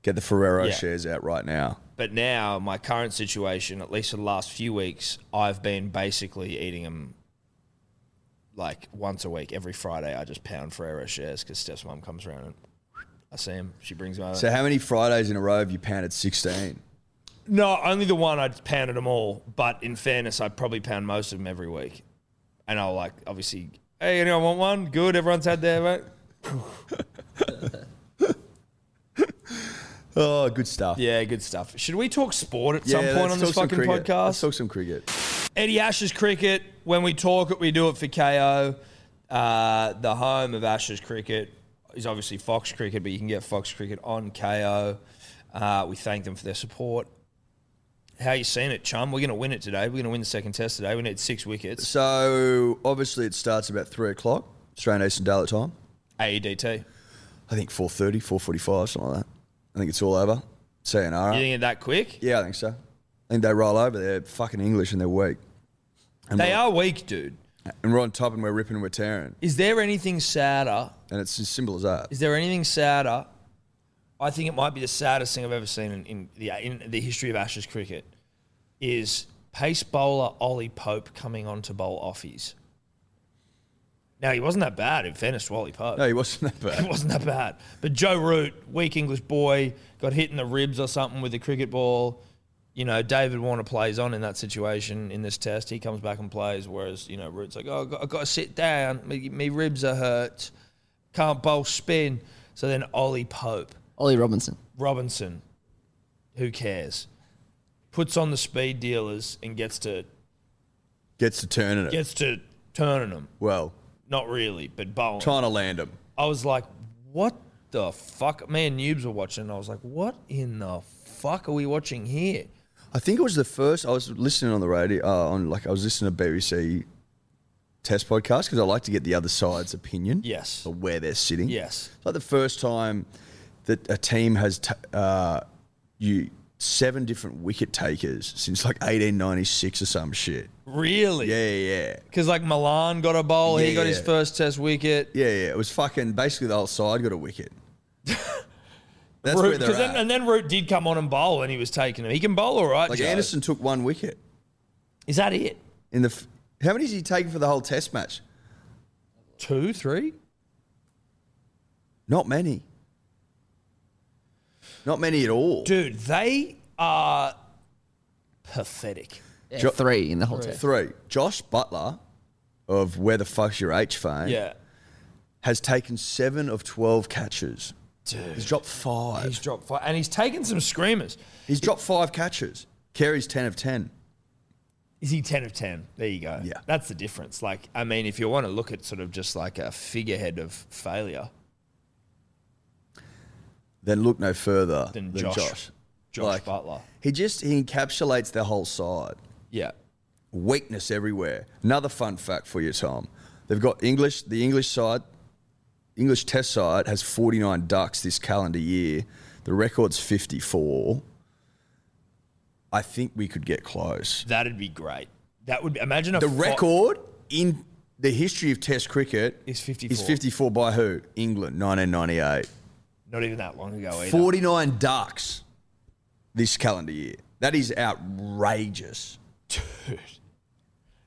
Get the Ferrero
Hmm. Yeah.
shares out right now.
But now, my current situation, at least for the last few weeks, I've been basically eating them like once a week. Every Friday, I just pound Ferrero Rochers because Steph's mum comes around and I see him. She brings them over.
So how many Fridays in a row have you pounded 16?
No, only the one I pounded them all. But in fairness, I probably pound most of them every week. And I'll like obviously, hey, anyone want one? Good, everyone's had their right.
Oh, good stuff.
Yeah, good stuff. Should we talk sport at
Yeah,
some point
let's
on this
talk some
fucking
cricket. Let's
podcast?
talk some cricket.
Eddie Ashes Cricket. When we talk it, we do it for KO. Uh, the home of Ashes Cricket is obviously Fox Cricket, but you can get Fox Cricket on KO. Uh, we thank them for their support. How you seeing it, chum? We're going to win it today. We're going to win the second test today. We need six wickets.
So obviously it starts about three o'clock Australian Eastern Daylight Time.
E AEDT.
I think 4.30, 4.45, something like that. I think it's all over. Sayonara.
You think it that quick?
Yeah, I think so. I think they roll over. They're fucking English and they're weak. And
They
we're,
are weak, dude.
And we're on top and we're ripping and we're tearing.
Is there anything sadder?
And it's as simple as that.
Is there anything sadder? I think it might be the saddest thing I've ever seen in, in the in the history of Ashes cricket. Is pace bowler Ollie Pope coming on to bowl offies? Now he wasn't that bad in fairness to Ollie Pope.
No, he wasn't that bad.
It (laughs) wasn't that bad. But Joe Root, weak English boy, got hit in the ribs or something with a cricket ball. You know, David Warner plays on in that situation in this test. He comes back and plays, whereas, you know, Root's like, oh, i got, i got to sit down. Me, me ribs are hurt. Can't bowl spin. So then Ollie Pope,
Ollie Robinson.
Robinson, who cares, puts on the speed dealers and gets to
Gets to turning it.
gets to turning them.
well,
Not really, but bowling.
trying to land him.
I was like, what the fuck? Me and Noobs were watching, and I was like, what in the fuck are we watching here?
I think it was the first. I was listening on the radio uh, on like I was listening to BBC test podcast because I like to get the other side's opinion.
Yes.
Of where they're sitting.
Yes.
It's like the first time that a team has t- uh, you seven different wicket takers since like 1896 or some shit.
Really?
Yeah, yeah,
Because, like, Milan got a bowl, he
Yeah,
got his
yeah.
first test wicket.
yeah, yeah. It was fucking basically the whole side got
(laughs)
a wicket. That's where
Root,
they're
'cause
at.
then, and then Root did come on and bowl, and he was taking him. He can bowl all right,
like
Joe.
Anderson took one wicket
Is that it?
in the. F- how many did he take for the whole test match?
Two, three?
Not many. Not many at all.
Dude, they are pathetic.
Yeah,
Jo-
three in the whole test.
Three. Josh Butler of Where the Fuck's Your H fame
Yeah.
has taken seven of 12 catches. He's dropped five.
He's
He's,
dropped five, and he's taken some screamers.
dropped five catches. Carey's 10 of 10.
Is he 10 of 10? There you go.
Yeah.
That's the difference. Like, I mean, if you want to look at sort of just like a figurehead of failure,
Then look no further
Than
than,
Josh.
Josh.
Josh
Like-
Butler.
He just he encapsulates the whole side.
Yeah.
Weakness everywhere. Another fun fact for you, Tom. They've got English, the English side, English test side has 49 ducks this calendar year. The record's 54. I think we could get close.
That'd be great. That would be, imagine a
The
fi-
record in the history of Test cricket
Is 54.
Is 54 by who? England, 1998.
not even that long ago either.
49 ducks this calendar year. That is outrageous.
Dude.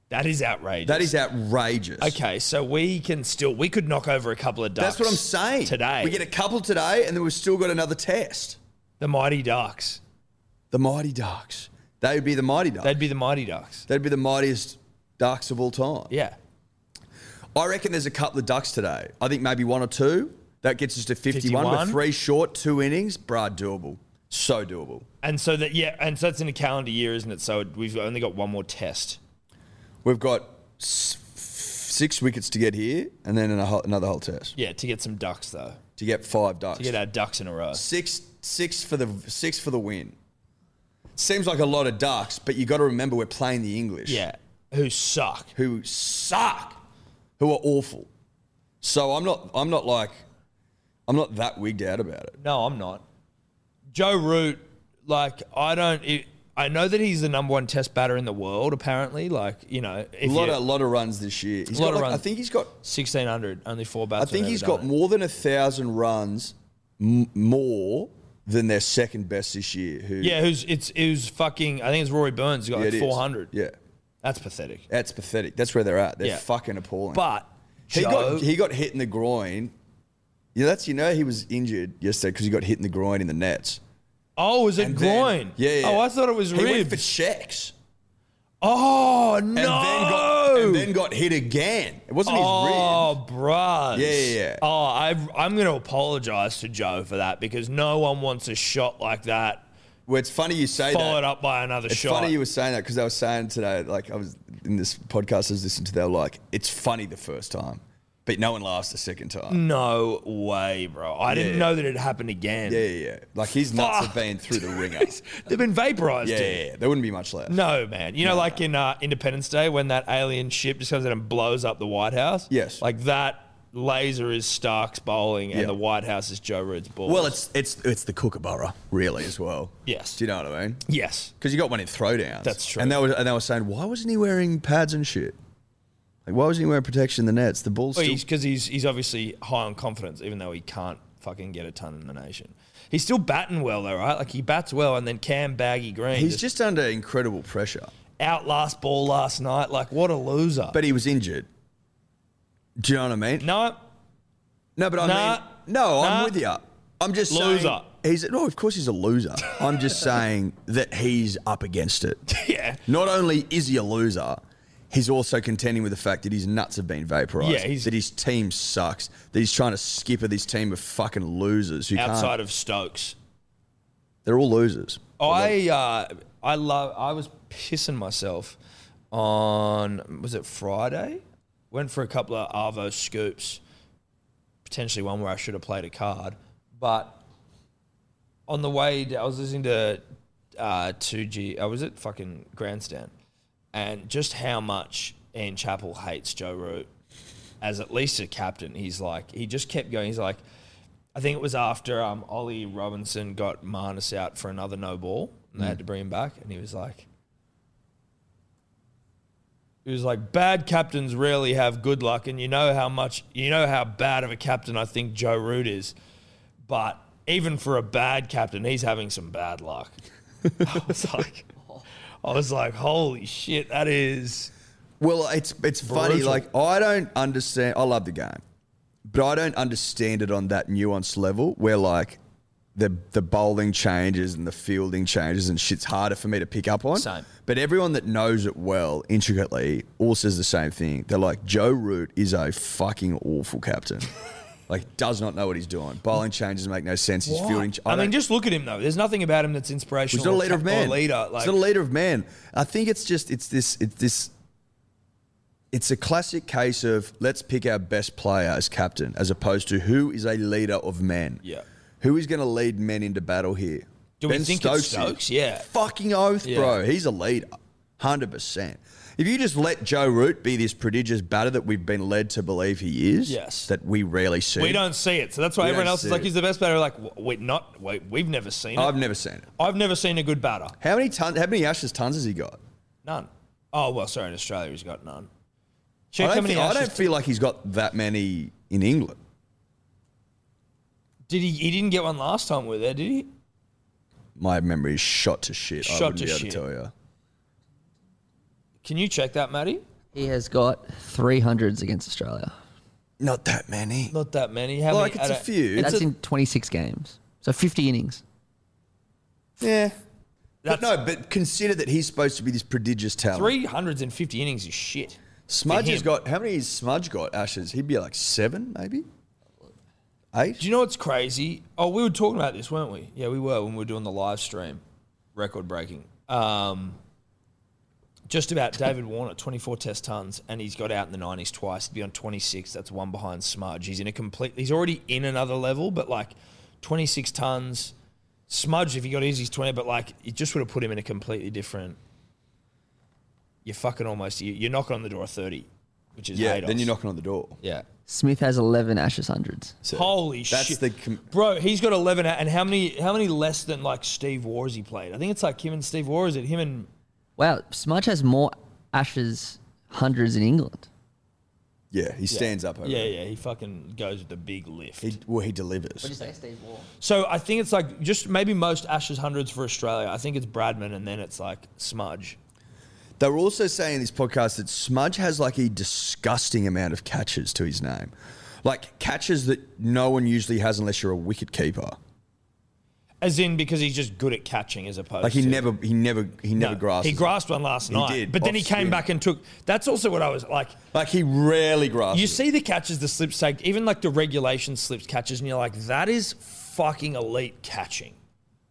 That is outrageous.
That is outrageous.
Okay, so we can still we could knock over a couple of ducks.
That's what I'm saying.
Today,
We get a couple today, and then we've still got another test.
the mighty ducks.
The Mighty Ducks. They would be the Mighty Ducks. They'd,
They'd be the mighty ducks.
be the mightiest ducks of all time.
Yeah,
I reckon there's a couple of ducks today. I think maybe one or two. That gets us to 51.
51.
We're three short, two innings. Brad, doable. So doable.
and so that yeah, and so it's in a calendar year, isn't it? So we've only got one more test.
We've got s- six wickets to get here, and then another, another whole test
Yeah, to get some ducks though,
to get five ducks.
to get our ducks in a row.
six, six for the six for the win. Seems like a lot of ducks, but you got to remember we're playing the English.
Yeah, who suck.
who suck, who are awful. So I'm not I'm not like I'm not that wigged out about it.
No, I'm not. Joe Root, like I don't. It, I know that he's the number one Test batter in the world. Apparently, like you know,
A
if
lot
you-
of lot of runs this year. He's
Lot
got
of
like-
runs.
I think he's got
1600, only four
I
batsmen.
think
ever
he's
done
got
it.
more than a thousand runs m- more than their second best this year. Who
Yeah, who's it's who's fucking? I think it's Rory Burns. He's got
Yeah, it
like
is.
400.
Yeah,
that's pathetic.
that's pathetic. That's where they're at. They're
Yeah.
fucking appalling.
But
he
Joe,
got he got hit in the groin. Yeah, that's you know he was injured yesterday because he got hit in the groin in the nets.
oh, is it
And then-
groin?
yeah, yeah.
Oh, I thought it was
He went
ribs.
for checks.
oh no.
and then got and then got hit again. It wasn't his rib.
Oh, bros.
Yeah, yeah, yeah.
Oh, I, I'm going to apologize to Joe for that because no one wants a shot like that
Well, it's funny you say that.
followed up by another
It's
shot.
funny you were saying that because they were saying today, like I was in this podcast I was listening to, they were like, it's funny the first time, but no one laughs the second time.
no way, bro. I didn't
Yeah.
know that it happened again.
Yeah, yeah, yeah. Like his nuts
Fuck.
have been through (laughs) the ringer.
They've been vaporized.
yeah,
dude.
yeah, yeah. There wouldn't be much left.
No, man. You know, like in uh, Independence Day when that alien ship just comes in and blows up the White House?
Yes.
Like that laser is Stark's bowling and
Yeah.
the White House is Joe Root's ball.
Well, it's it's it's the Kookaburra, really, as well.
Yes.
Do you know what I mean?
Yes.
Because you got one in throwdowns.
That's true.
And they were and they were saying, why wasn't he wearing pads and shit? Like, why wasn't he wearing protection in the nets? The ball's
Because
still.
he's, 'cause he's, he's obviously high on confidence, even though he can't fucking get a ton in the nation. He's still batting well, though, right? Like he bats well, and then Cam Baggy Green
He's
just,
just under incredible pressure,
out last ball last night. Like, what a loser.
but he was injured. Do you know what I mean?
no, (laughs)
No, but I
Nah.
mean, no,
Nah.
I'm with you. I'm just saying-
Loser.
he's no, of course he's a loser.
(laughs)
I'm just saying that he's up against it.
yeah.
Not only is he a loser, he's also contending with the fact that his nuts have been vaporized.
Yeah, he's-
that his team sucks. That he's trying to skipper this team of fucking losers who
Outside
can't.
of Stokes.
They're all losers.
I uh, I love. I was pissing myself on was it Friday? Went for a couple of Arvo scoops, potentially one where I should have played a card, but on the way, d- I was listening to uh, 2G. I was at fucking grandstand, and just how much Ian Chappell hates Joe Root as at least a captain. He's like he just kept going. He's like, I think it was after um, Ollie Robinson got Marnus out for another no ball, and they had
Mm.
to bring him back, and he was like. He was like, bad captains rarely have good luck, and you know how much, you know how bad of a captain I think Joe Root is. But even for a bad captain, he's having some bad luck. (laughs) I was like, I was like, holy shit, that is.
Well, it's it's funny.
Brutal.
Like I don't understand. I love the game, but I don't understand it on that nuanced level where like the the bowling changes and the fielding changes and shit's harder for me to pick up on.
Same.
But everyone that knows it well intricately all says the same thing. They're like Joe Root is a fucking awful
(laughs)
captain. like does not know what he's doing. Bowling changes make no sense. His fielding. ch-
I, mean,
don't-
just look at him though. There's nothing about him that's inspirational.
He's not a
or
leader of
cap- or
man.
oh, Leader,
he's
like
not a leader of man. I think it's just it's this it's this it's a classic case of let's pick our best player as captain as opposed to who is a leader of men.
Yeah.
Who is going to lead men into battle here?
Do we think it's
is.
Stokes? Yeah.
Fucking oath,
Yeah.
bro. He's a leader. 100%. If you just let Joe Root be this prodigious batter that we've been led to believe he is,
Yes.
that we rarely see.
we don't see it, so that's why
We
everyone
don't
else is
see
like,
it.
he's the best batter. Like, w- wait, not wait, we've never seen it. I've,
I've never seen it.
never seen a good batter.
How many tons, how many Ashes tons has he got?
None. Oh well, sorry, in Australia he's got none. Check
I
how
don't,
many
think, I
Ashes-
don't feel like he's got that many in England.
did he? He didn't get one last time with there, did he?
My memory is shot to shit.
Shot
I wouldn't
to
be able
shit.
to tell you.
Can you check that, Matty?
He has got 300s against Australia.
Not that many.
Not that many. How
Like
many?
it's a
I don't-
few.
That's in 26 games. So 50 innings.
yeah.
That's-
But no, but consider that he's supposed to be this prodigious talent.
Three hundreds and fifty innings is shit.
Smudge
for
has
him.
got how many has Smudge got? Ashes. He'd be like seven, maybe eight.
Do you know what's crazy? Oh, we were talking about this, weren't we? Yeah, we were when we were doing the live stream, record breaking. Um, just
(laughs)
about David Warner, 24 test tons, and he's got out in the 90s twice. He'd be on 26. That's one behind Smudge. He's in a complete. He's already in another level, but like 26 tons. Smudge, if he got his, he's 20, but like it just would have put him in a completely different. You're fucking almost. you- You're knocking on the door of 30, which is
yeah.
Hados.
Then you're knocking on the door.
Yeah.
Smith has 11 Ashes hundreds.
So
Holy
that's
shit,
the com-
bro! He's got eleven, out- and how many? How many less than like Steve War has he played? I think it's like him and Steve War. Is it him and?
Wow, Smudge has more Ashes hundreds in England.
yeah. He stands up. Over
Yeah,
it.
yeah. He fucking goes with the big lift.
He well he delivers.
say, Steve War?
so I think it's like just maybe most Ashes hundreds for Australia. I think it's Bradman, and then it's like Smudge.
They were also saying in this podcast that Smudge has like a disgusting amount of catches to his name, like catches that no one usually has unless you're a wicket keeper.
As in because he's just good at catching as opposed
Like he
to
never, he never, he never
No,
grasps.
He
it.
grasped one last
He
night,
did,
but then
off
he came
spin.
back and took. That's also what I was like.
Like he rarely grasps.
You
it.
see the catches, the slips take, even like the regulation slips catches, and you're like, that is fucking elite catching.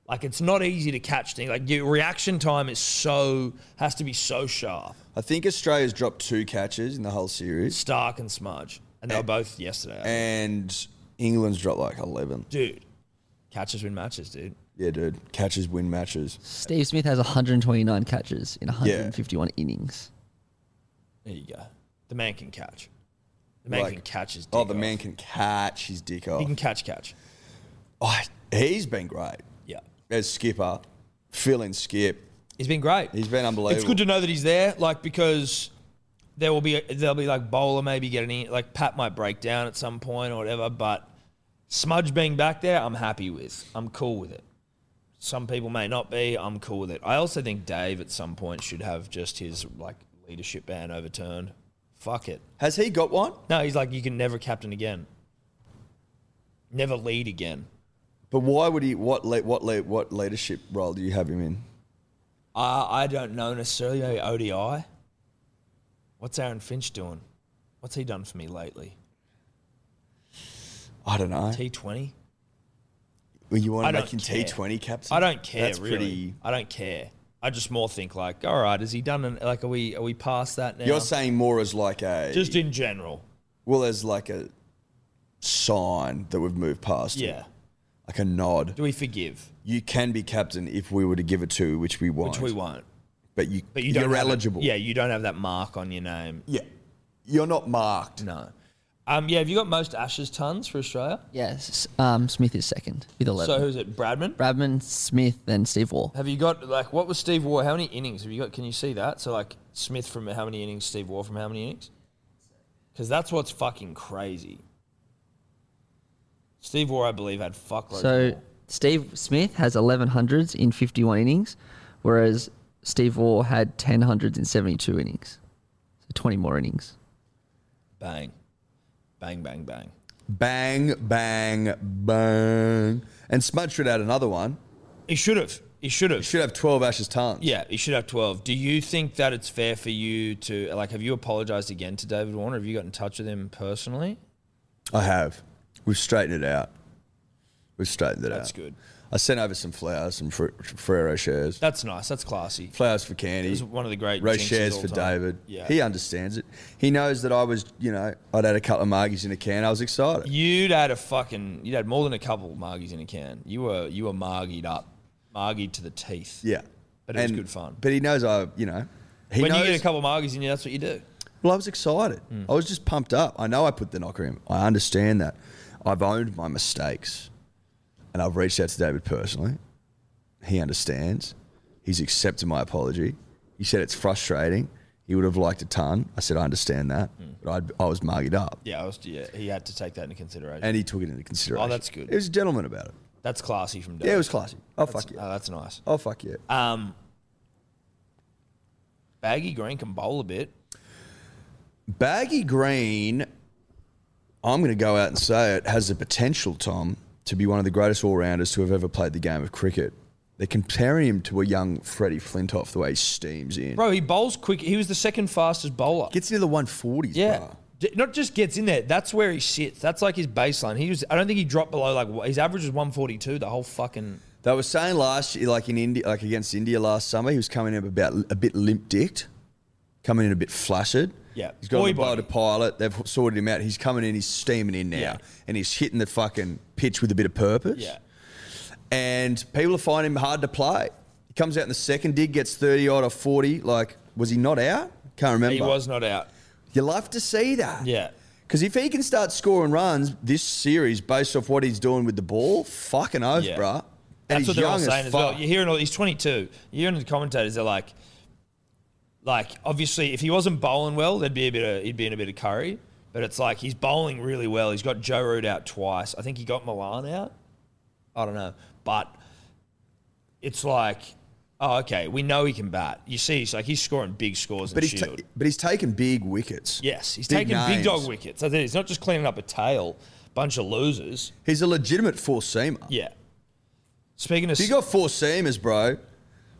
Like it's not easy to catch things. Like your reaction time is so has to be so sharp.
I think Australia's dropped two catches in the whole series,
Stark and Smudge, and
Eh.
they were both yesterday. I think.
and England's dropped like eleven.
dude, catches win matches, dude.
Yeah, dude, catches win matches.
Steve Smith has 129 catches in 151 innings.
There you go. The man can catch. The man
Like,
can catch his. Dick
Oh, the
off.
man can catch his dick off.
He can catch, catch.
Oh, he's been great
Yeah,
as skipper, filling skip.
he's been great.
He's been unbelievable.
It's good to know that he's there, like because there will be there'll be like bowler maybe getting in, like Pat might break down at some point or whatever, but Smudge being back there, I'm happy with. I'm cool with it. Some people may not be. I'm cool with it. I also think Dave at some point should have just his like leadership ban overturned. Fuck it.
Has he got one?
No, he's like you can never captain again. Never lead again.
But why would he? What le- what le- what leadership role do you have him in?
Uh, I don't know necessarily. Maybe ODI. What's Aaron Finch doing? What's he done for me lately?
I don't know.
T Twenty.
Well, you want
I
to
don't
make him
care.
T Twenty captain?
I don't care.
That's
really.
pretty.
I don't care. I just more think like, all right, has he done? An, like, are we are we past that now?
You're saying more as like a
just in general.
well as like a sign that we've moved past. it.
Yeah.
like a nod.
Do we forgive?
You can be captain if we were to give it to, which we won't.
Which we won't.
But you,
But you don't.
you're
have it-
eligible.
yeah, you don't have that mark on your name.
yeah. You're not marked.
No. Um. Yeah. Have you got most Ashes tons for Australia?
Yes, um, Smith is second with 11.
So who's it? Bradman.
Bradman, Smith, then Steve Waugh.
Have you got like what was Steve Waugh? How many innings have you got? Can you see that? So like Smith from how many innings? Steve Waugh from how many innings? Because that's what's fucking crazy. Steve Waugh, I believe, had fuckloads.
So
more.
Steve Smith has 11 hundreds in 51 innings, whereas Steve Waugh had 10 hundreds in 72 innings. So 20 more innings.
bang, bang, bang, bang.
Bang, bang, bang. And Smudge should add another one.
He should have. He should have.
Should have 12 Ashes tons.
Yeah, he should have twelve. Do you think that it's fair for you to like? Have you apologized again to David Warner? Have you got in touch with him personally?
I have. We've straightened it out. We've straightened it out.
That's good.
I sent over some flowers, some Fre- Frero shares.
That's nice. That's classy.
Flowers for Candy.
He's one of the great
Row
jinxes
shares
all
for
time.
David.
Yeah.
He understands it. He knows that I was, you know, I'd had a couple of margies in a can. I was excited.
You'd had a fucking. You'd had more than a couple of margies in a can. You were you were margied up, margied to the teeth.
Yeah.
But it was good fun.
But he knows I, you know, he
when
knows.
you get a Mm. couple of margies in you, that's what you do.
well, I was excited. I was just pumped up. I know I put the knocker in. I understand that. I've owned my mistakes. And I've reached out to David personally. He understands. He's accepted my apology. He said it's frustrating. He would have liked a ton. I said, I understand that.
Mm.
But I'd, I was margied up.
Yeah, I was, yeah. He had to take that into consideration.
And he took it into consideration.
Oh, that's good.
He was a gentleman about it.
that's classy from David.
Yeah, it was classy. Oh, fuck
That's-
yeah.
oh, that's nice.
Oh, fuck yeah.
Um, Baggy Green can bowl a bit.
Baggy Green, I'm going to go out and say it, has the potential, Tom, to be one of the greatest all rounders to have ever played the game of cricket. They're comparing him to a young Freddie Flintoff, the way he steams in.
Bro, he bowls quick. He was the second fastest bowler.
Gets into the 140s,
yeah.
bro.
D- Not just gets in there. That's where he sits. That's like his baseline. He was. I don't think he dropped below like wh- his average was 142. The whole fucking.
They were saying last year, like in India, like against India last summer, he was coming in about a bit limp dicked, coming in a bit flaccid.
Yeah.
he's got
Boy
a blow
body.
to pilot. They've sorted him out. He's coming in. He's steaming in now,
Yeah.
and he's hitting the fucking pitch with a bit of purpose.
Yeah.
and people find him hard to play. He comes out in the second dig, gets thirty odd or forty. Like, was he not out? Can't remember.
He was not out.
You love to see that.
Yeah.
Because if he can start scoring runs this series based off what he's doing with the ball, fucking oath,
Yeah.
bruh. And
That's
he's
what they're
young
all
as
saying as,
fuck.
well. You're hearing all he's 22. You're hearing the commentators. They're like, like obviously, if he wasn't bowling well, there'd be a bit of he'd be in a bit of curry. But it's like he's bowling really well. He's got Joe Root out twice. I think he got Milan out. I don't know, but it's like, oh okay, we know he can bat. You see, he's like he's scoring big scores.
But
in
he's,
Shield.
ta- but he's taken big wickets.
yes, he's
Big
taking big dog
names.
wickets. That's it. He's not just cleaning up a tail, bunch of losers.
He's a legitimate four seamer.
Yeah. Speaking of
If you got four seamers, bro,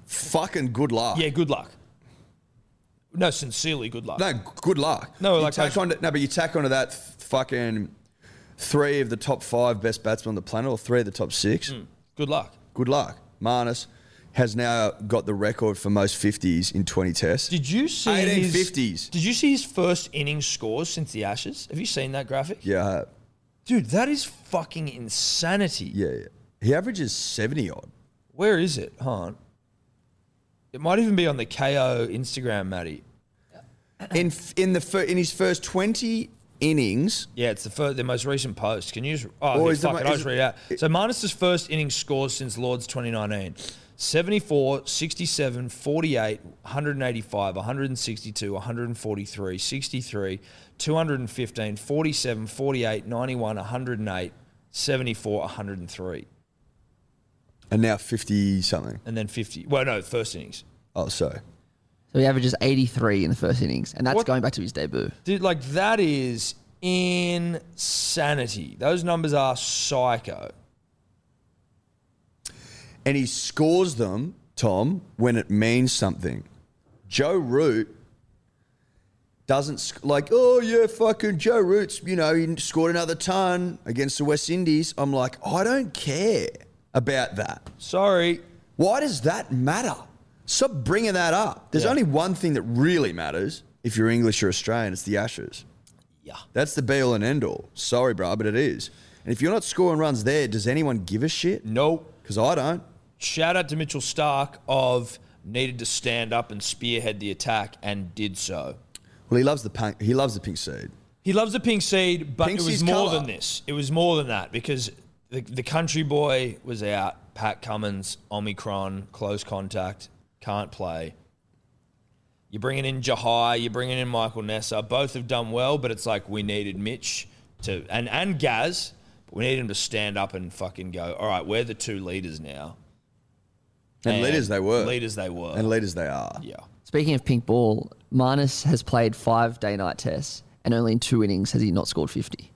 fucking good luck.
Yeah, good luck. No, sincerely, good luck.
No, good luck.
No,
you
like
tack
those-
onto, no, but you tack onto that fucking
Hmm.
three of the top five best batsmen on the planet, or three of the top six.
Good luck.
Good luck. Marnus has now got the record for most 50s in 20 tests.
Did you see
1850s.
His, did you see his first innings scores since the Ashes? Have you seen that graphic?
yeah, uh,
Dude, that is fucking insanity.
yeah, yeah. He averages 70 odd.
Where is it? Hon? It might even be on the KO Instagram, Matty.
In f- in the fir- in his first 20 innings,
Yeah, it's the first, the most recent post. Can you just, oh,
Or
yeah,
is the
fuck
mo-
it, I'll
is
just
it-
read it out. So Marnus's first innings scores since Lords 2019. 74, 67, 48, 185, 162, 143, 63, 215, 47, 48, 91, 108, 74, 103,
and now 50 something.
and then 50. Well, no, first innings.
Oh, so
So he averages 83 in the first innings, and that's
What-
going back to his debut.
Dude, like that is insanity. Those numbers are psycho.
and he scores them, Tom, when it means something. Joe Root doesn't sc- like, oh yeah, fucking Joe Root's, you know, he scored another ton against the West Indies. I'm like, I don't care about that.
Sorry.
Why does that matter? Stop bringing that up. There's
Yeah.
only one thing that really matters if you're English or Australian, it's the Ashes.
Yeah.
That's the be all and end all. Sorry, bro, but it is. And if you're not scoring runs there, does anyone give a shit?
Nope.
Because I don't.
Shout out to Mitchell Stark of needed to stand up and spearhead the attack and did so.
Well, he loves the punk, he loves the pink seed.
He loves the pink seed, but
Pink's
it was
his
more
colour.
than this. It was more than that because the, the country boy was out. Pat Cummins, Omicron, close contact, can't play. You're bringing in Jahai, you're bringing in Michael Nessa. Both have done well, but it's like we needed Mitch to and and Gaz, but we need him to stand up and fucking go. All right, we're the two leaders now.
And, leaders they were.
Leaders they were.
And leaders they are.
yeah.
Speaking of pink ball, Marnus has played five day night tests, and only in two innings has he not scored 50.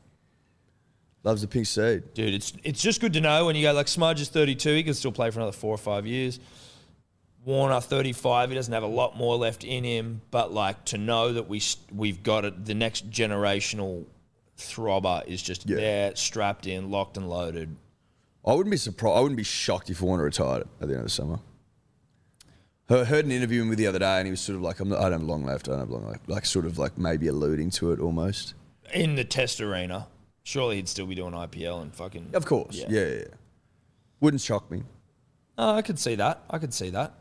Loves the pink seed.
Dude, it's it's just good to know when you go like Smudge is 32, he can still play for another four or five years. Warner 35, he doesn't have a lot more left in him, but like to know that we s- we've got it, the next generational throbber is just
Yeah.
there, strapped in, locked and loaded.
I wouldn't be surprised. I wouldn't be shocked if Warner retired at the end of the summer. I heard an interview with him the other day, and he was sort of like, "I'm not, I don't have long left. I don't have long left." Like, sort of like maybe alluding to it almost.
In the test arena, surely he'd still be doing IPL and fucking.
Of course, yeah, yeah. yeah. Wouldn't shock me.
No, Oh, I could see that. I could see that.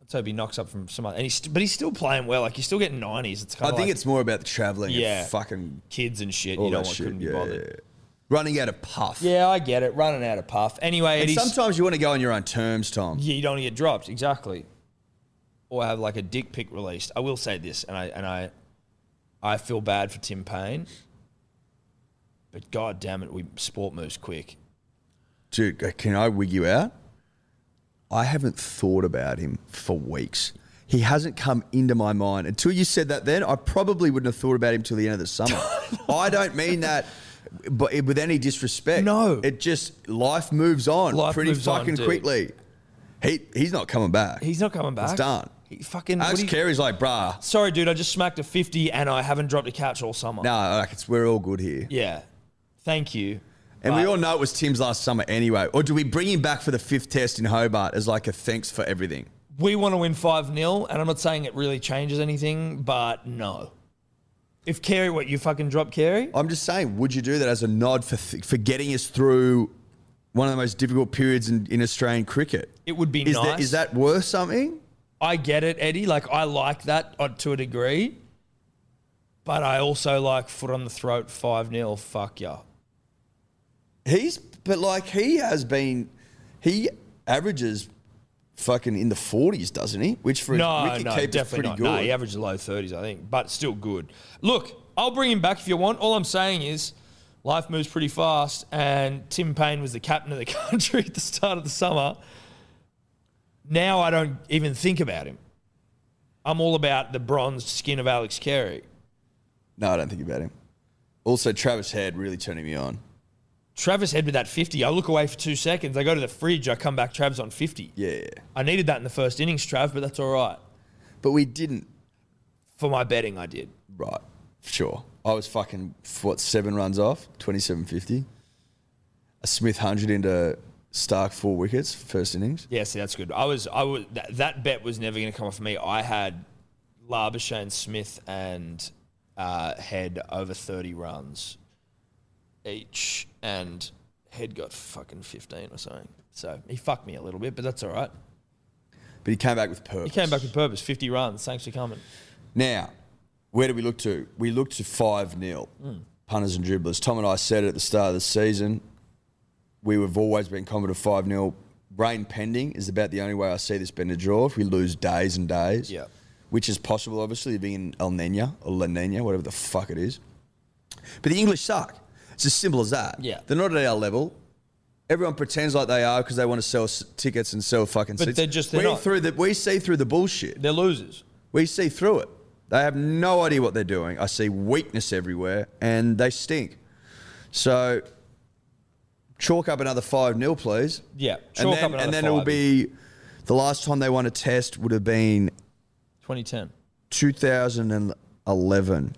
Let's hope he knocks up from some other. And he's, st- but he's still playing well. Like, he's still getting 90s. It's
I
kind of
think it's more about the traveling.
Yeah.
and fucking
kids and shit.
all
you don't
that
want,
shit.
couldn't
Yeah,
be
yeah,
bothered.
yeah. running out of puff.
Yeah, I get it. Running out of puff. Anyway,
and
it is,
sometimes you want to go on your own terms, Tom.
yeah, you don't want to get dropped. Exactly. Or have like a dick pic released. I will say this, and I and I, I feel bad for Tim Payne. But god damn it, we sport moves quick.
Dude, can I wig you out? I haven't thought about him for weeks. He hasn't come into my mind. Until you said that then, I probably wouldn't have thought about him till the end of
(laughs)
the summer. I don't mean that but with any disrespect.
No.
It just life moves on
Life
pretty
moves on,
fucking
dude.
quickly. He he's not coming back.
He's not coming back.
It's done.
He fucking. what
Alex
do you-
Carey's like, brah.
Sorry, dude. I just smacked a fifty, and I haven't dropped a catch all summer.
No, like it's we're all good here.
Yeah. Thank you.
And we
But-
all know it was Tim's last summer anyway. Or do we bring him back for the fifth test in Hobart as like a thanks for everything?
we want to win 5 0, and I'm not saying it really changes anything, but no. If Carey, what, you fucking drop Carey?
I'm just saying, would you do that as a nod for th- for getting us through one of the most difficult periods in, in Australian cricket?
It would be
Is
nice.
that is that worth something?
I get it, Eddie. Like, I like that uh, to a degree, but I also like foot on the throat 5 0, fuck ya.
He's but like he has been, he averages fucking in the 40s, doesn't he? Which for a
No,
wicket
no,
keeper is
definitely
pretty
not.
good.
No, he averaged low 30s, I think, but still good. Look, I'll bring him back if you want. All I'm saying is life moves pretty fast, and Tim Payne was the captain of the (laughs) country at the start of the summer. Now I don't even think about him. I'm all about the bronze skin of Alex Carey.
No, I don't think about him. Also, Travis Head really turning me on.
Travis Head with that 50. I look away for two seconds. I go to the fridge. I come back. Trav's on 50.
Yeah,
I needed that in the first innings, Trav, but that's all right.
but we didn't.
For my betting, I did.
Right, sure. I was fucking what seven runs off, twenty-seven fifty. A Smith hundred into Stark four wickets for first innings.
Yeah, see, that's good. I was, I was that, that bet was never going to come off me. I had Labuschagne, Smith, and uh, Head over thirty runs each, and Head got fucking fifteen or something. So he fucked me a little bit, but that's all right.
But he came back with purpose.
He came back with purpose, fifty runs. Thanks for coming.
Now, where do we look to? We look to 5 0 punters and dribblers. Tom and I said it at the start of the season. We have always been common to 5 0. Rain pending is about the only way I see this being a draw if we lose days and days.
Yeah.
Which is possible, obviously, being in El Nino or La Nina, whatever the fuck it is. But the English suck. It's as simple as that.
Yeah.
They're not at our level. Everyone pretends like they are because they want to sell s- tickets and sell fucking
But
seats.
they're just- they're
we
not.
through the, we see through the bullshit.
They're losers.
We see through it. They have no idea what they're doing. I see weakness everywhere and they stink. So chalk up another 5 0, please.
Yeah,
and
chalk
then,
up another
and then it'll
five.
be the last time they won a test would have been
2010.
2011,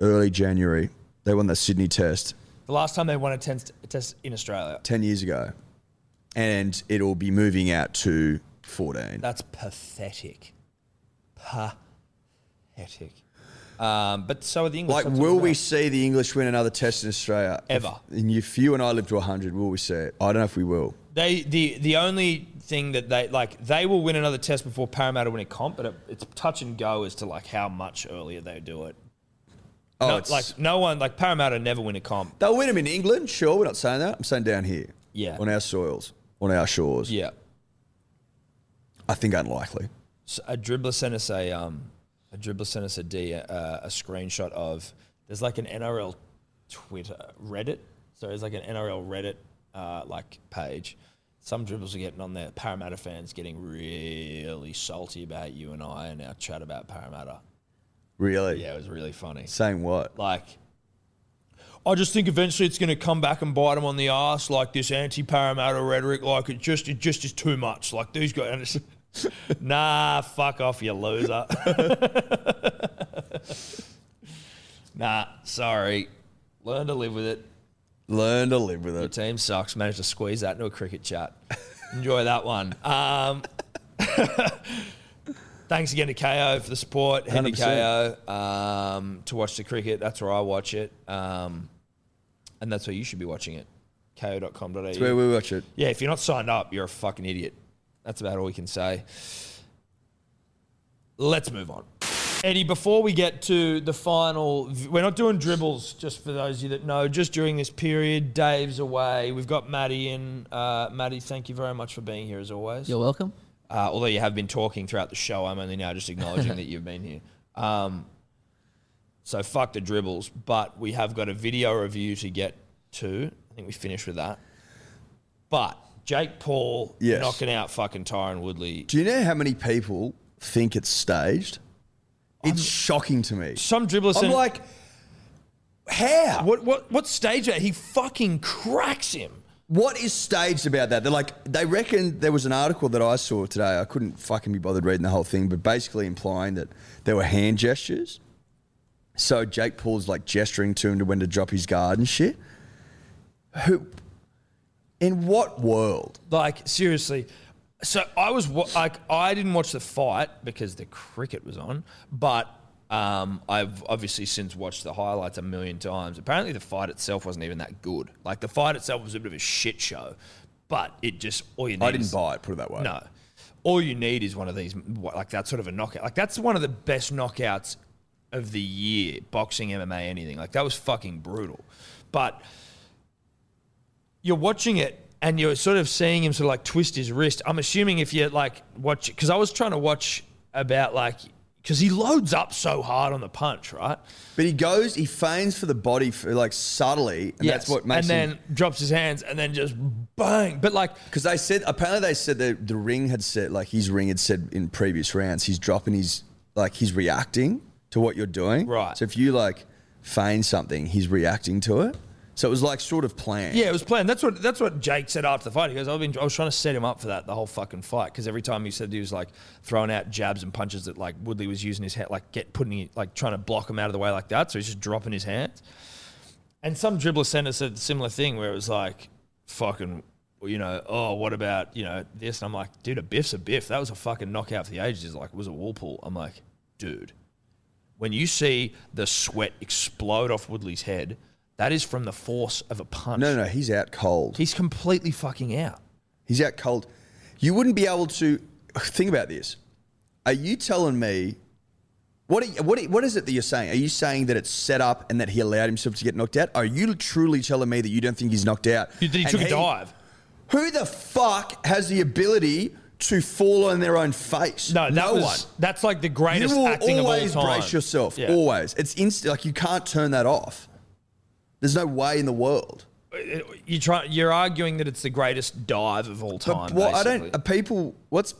early January. They won the Sydney test
The last time they won a test, a test in Australia.
10 years ago. And it'll be moving out to 14.
That's pathetic. Pathetic. Um, but so are the English.
Like,
that's what
will
I'm
we
about.
see the English win another test in Australia?
Ever.
If, and if you and I live to 100, will we see it? I don't know if we will.
They the the only thing that they like they will win another test before Parramatta win a comp, but it, it's touch and go as to like how much earlier they do it.
Oh,
No-
it's,
like no one like Parramatta never win a comp.
they'll win them in England, sure. We're not saying that. I'm saying down here.
Yeah.
On our soils, on our shores.
Yeah,
I think unlikely.
so a dribbler sent us a um a dribbler sent us a D uh, a screenshot of there's like an NRL Twitter Reddit, so it's like an NRL Reddit uh, like page. Some dribblers are getting on there. Parramatta fans getting really salty about you and I and our chat about Parramatta.
Really?
Yeah, it was really funny.
Saying what?
Like, I just think eventually it's going to come back and bite them on the ass. Like this anti-Parramatta rhetoric, like it just it just is too much. Like these guys, (laughs) and it's, nah, fuck off, you loser. (laughs) nah, sorry. Learn to live with it.
Learn to live with
Your
it.
team sucks. Managed to squeeze that into a cricket chat. Enjoy that one. Um, (laughs) thanks again to KO for the support. Head to
100%.
KO um, to watch the cricket. That's where I watch it. Um, and that's where you should be watching it.
That's where
KO.com.au.
we watch it.
Yeah, if you're not signed up, you're a fucking idiot. That's about all we can say. Let's move on. Eddie, before we get to the final, we're not doing dribbles, just for those of you that know. Just during this period, Dave's away. We've got Maddie in. Uh, Maddie, thank you very much for being here as always.
You're
Uh,
welcome.
although you have been talking throughout the show, I'm only now just acknowledging that you've been here. Um, so fuck the dribbles, but we have got a video review to get to. I think we finished with that. But Jake Paul
Yes.
knocking out fucking Tyron Woodley.
Do you know how many people think it's staged? It's shocking to me.
Some dribblers.
I'm
and-
like, how?
What what what stage are he fucking cracks him?
What is staged about that? They're like, they reckon there was an article that I saw today. I couldn't fucking be bothered reading the whole thing, but basically implying that there were hand gestures. So Jake Paul's like gesturing to him to when to drop his guard and shit. Who? In what world?
Like seriously. So I was wa- like I didn't watch the fight because the cricket was on, but um, I've obviously since watched the highlights a million times. Apparently the fight itself wasn't even that good. Like the fight itself was a bit of a shit show, but it just all you need
I didn't
is-
buy it. Put it that way.
No. All you need is one of these, what- like that sort of a knockout. Like that's one of the best knockouts of the year, boxing, MMA, anything. Like that was fucking brutal. But you're watching it and you're sort of seeing him sort of like twist his wrist. I'm assuming if you're like watch, because I was trying to watch about like, because he loads up so hard on the punch, right?
But he goes, he feigns for the body, for, like subtly, and that's what makes
And
him-
then drops his hands and then just bang. But like,
Because they said apparently they said that the ring had said like his ring had said in previous rounds he's dropping his like he's reacting to what you're doing.
Right.
So if you like feign something, he's reacting to it. So it was like sort of planned.
Yeah, it was planned. That's what that's what Jake said after the fight. He goes, "I've been, I was trying to set him up for that the whole fucking fight because every time he said he was like throwing out jabs and punches that like Woodley was using his head, like get putting it, like trying to block him out of the way like that. So he's just dropping his hands. And some dribbler sent us a similar thing where it was like, fucking well, you know, oh, what about, you know, this? And I'm like, dude, a biff's a biff. That was a fucking knockout for the ages. He's Like, it was a wall pull. I'm like, dude, when you see the sweat explode off Woodley's head, that is from the force of a punch.
No, no, he's out cold.
He's completely fucking out.
He's out cold. You wouldn't be able to think about this. Are you telling me what? Are, you- what? Are, what is it that you're saying? Are you saying that it's set up and that he allowed himself to get knocked out? Are you truly telling me that you don't think he's knocked out?
He, he
And
took a dive.
Who the fuck has the ability to fall on their own face?
No, that was that's like the
one. You
greatest acting
will
of all
always
time.
brace yourself.
Yeah.
Always. It's instant. Like you can't turn that off. There's no way in the world.
You try, you're arguing that it's the greatest dive of all time.
Well, I
basically.
don't. Are people? What's?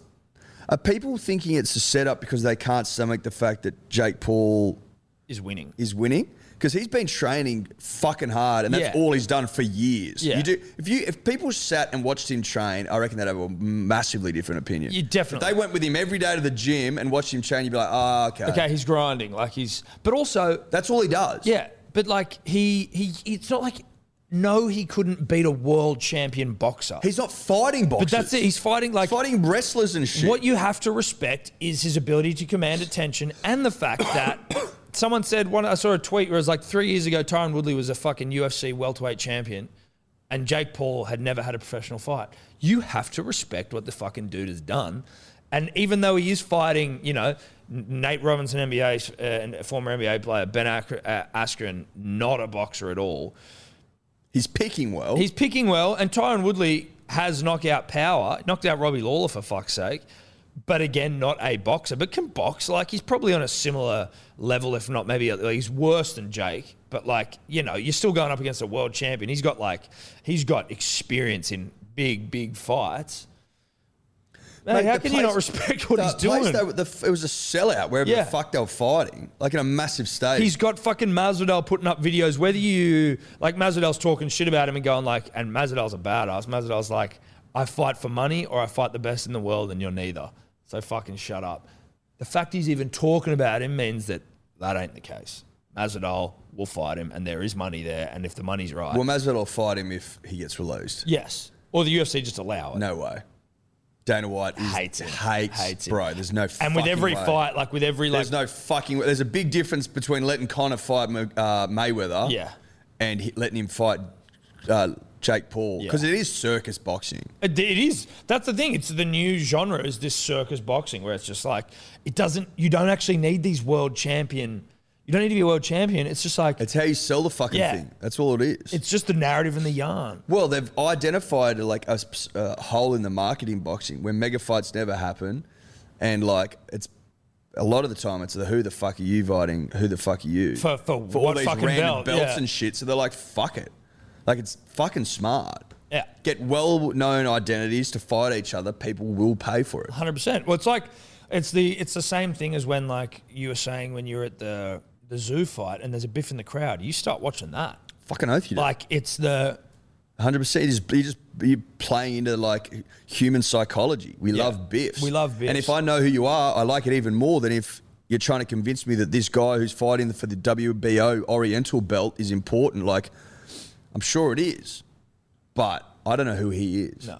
Are people thinking it's a setup because they can't stomach the fact that Jake Paul
is winning.
is winning? Because he's been training fucking hard, and that's
Yeah.
all he's done for years.
Yeah.
You do. If you if people sat and watched him train, I reckon they'd have a massively different opinion.
You
If
definitely.
they went with him every day to the gym and watched him train, you'd be like, ah, okay.
okay, he's grinding. Like he's, but also,
That's all he does.
yeah, but like he, he, it's not like, no, he couldn't beat a world champion boxer.
He's not fighting
but
boxers.
that's it. He's fighting like
fighting wrestlers and shit.
What you have to respect is his ability to command attention and the fact (coughs) that someone said one. I saw a tweet where it was like three years ago, Tyron Woodley was a fucking UFC welterweight champion, and Jake Paul had never had a professional fight. You have to respect what the fucking dude has done, and even though he is fighting, you know. Nate Robinson, NBA uh, and a former NBA player, Ben Askren, uh, Askren, not a boxer at all.
he's picking well.
He's picking well, and Tyron Woodley has knockout power. Knocked out Robbie Lawler for fuck's sake, but again, not a boxer, but can box. Like he's probably on a similar level, if not maybe like, he's worse than Jake. But like you know, you're still going up against a world champion. He's got like he's got experience in big, big fights. Mate,
Mate,
how
the
can you not
place-
respect what
the
he's
place
doing?
they were- the f- it was a sellout wherever
Yeah.
the fuck they were fighting, like in a massive stage.
He's got fucking Masvidal putting up videos. Whether you like Masvidal's talking shit about him and going like, and Masvidal's a badass. Masvidal's like, I fight for money or I fight the best in the world, and you're neither. So fucking shut up. The fact he's even talking about him means that that ain't the case. Masvidal will fight him, and there is money there, and if the money's right,
Well, Masvidal will fight him if he gets released.
yes. Or the UFC just allow it.
No way. Dana White is,
Hates it.
Hates,
Hates it.
bro. There's no.
and with
fucking
every
way.
fight, like with every like,
there's no fucking. There's a big difference between letting Connor fight Ma- uh, Mayweather,
Yeah.
and he, letting him fight uh, Jake Paul because
Yeah.
it is circus boxing.
It, it is. That's the thing. It's the new genre is this circus boxing where it's just like it doesn't. You don't actually need these world champion. You don't need to be a world champion. It's just like it's,
It's how you sell the fucking
Yeah.
thing. That's all it is.
just the narrative and the yarn.
Well, they've identified like a, sp- a hole in the market in boxing where mega fights never happen, and like it's a lot of the time it's the who the fuck are you fighting, who the fuck are you
For- for
all
what
these
fucking
random
belt,
belts
yeah.
and shit. So they're like, fuck it, like it's fucking smart.
Yeah.
Get well known identities to fight each other. People will pay for it.
Hundred percent. Well, it's like it's the it's the same thing as when like you were saying when you're at the the zoo fight and there's a biff in the crowd. You start watching that.
Fucking oath you do.
Like it's the
Hundred percent. You just you just you're playing into like human psychology. We
Yeah.
love biffs.
We love biffs.
And if I know who you are, I like it even more than if you're trying to convince me that this guy who's fighting for the WBO Oriental belt is important. Like, I'm sure it is, but I don't know who he is.
no.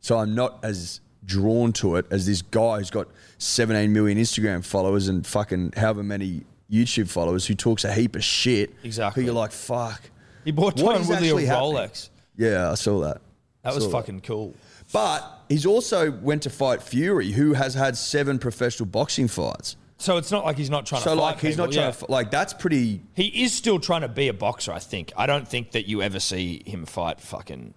So I'm not as drawn to it as this guy who's got 17 million Instagram followers and fucking however many YouTube followers who talks a heap of shit.
Exactly.
Who you're like, fuck.
He bought
What
Tyron
is
Woodley a
actually happening?
Rolex.
Yeah, I saw that.
That was
Saw
fucking cool.
But he's also went to fight Fury, who has had seven professional boxing fights.
So it's not like he's not trying
So
to. fight
like he's not
people,
trying
yeah.
to to like that's pretty.
He is still trying to be a boxer, I think. I don't think that you ever see him fight fucking.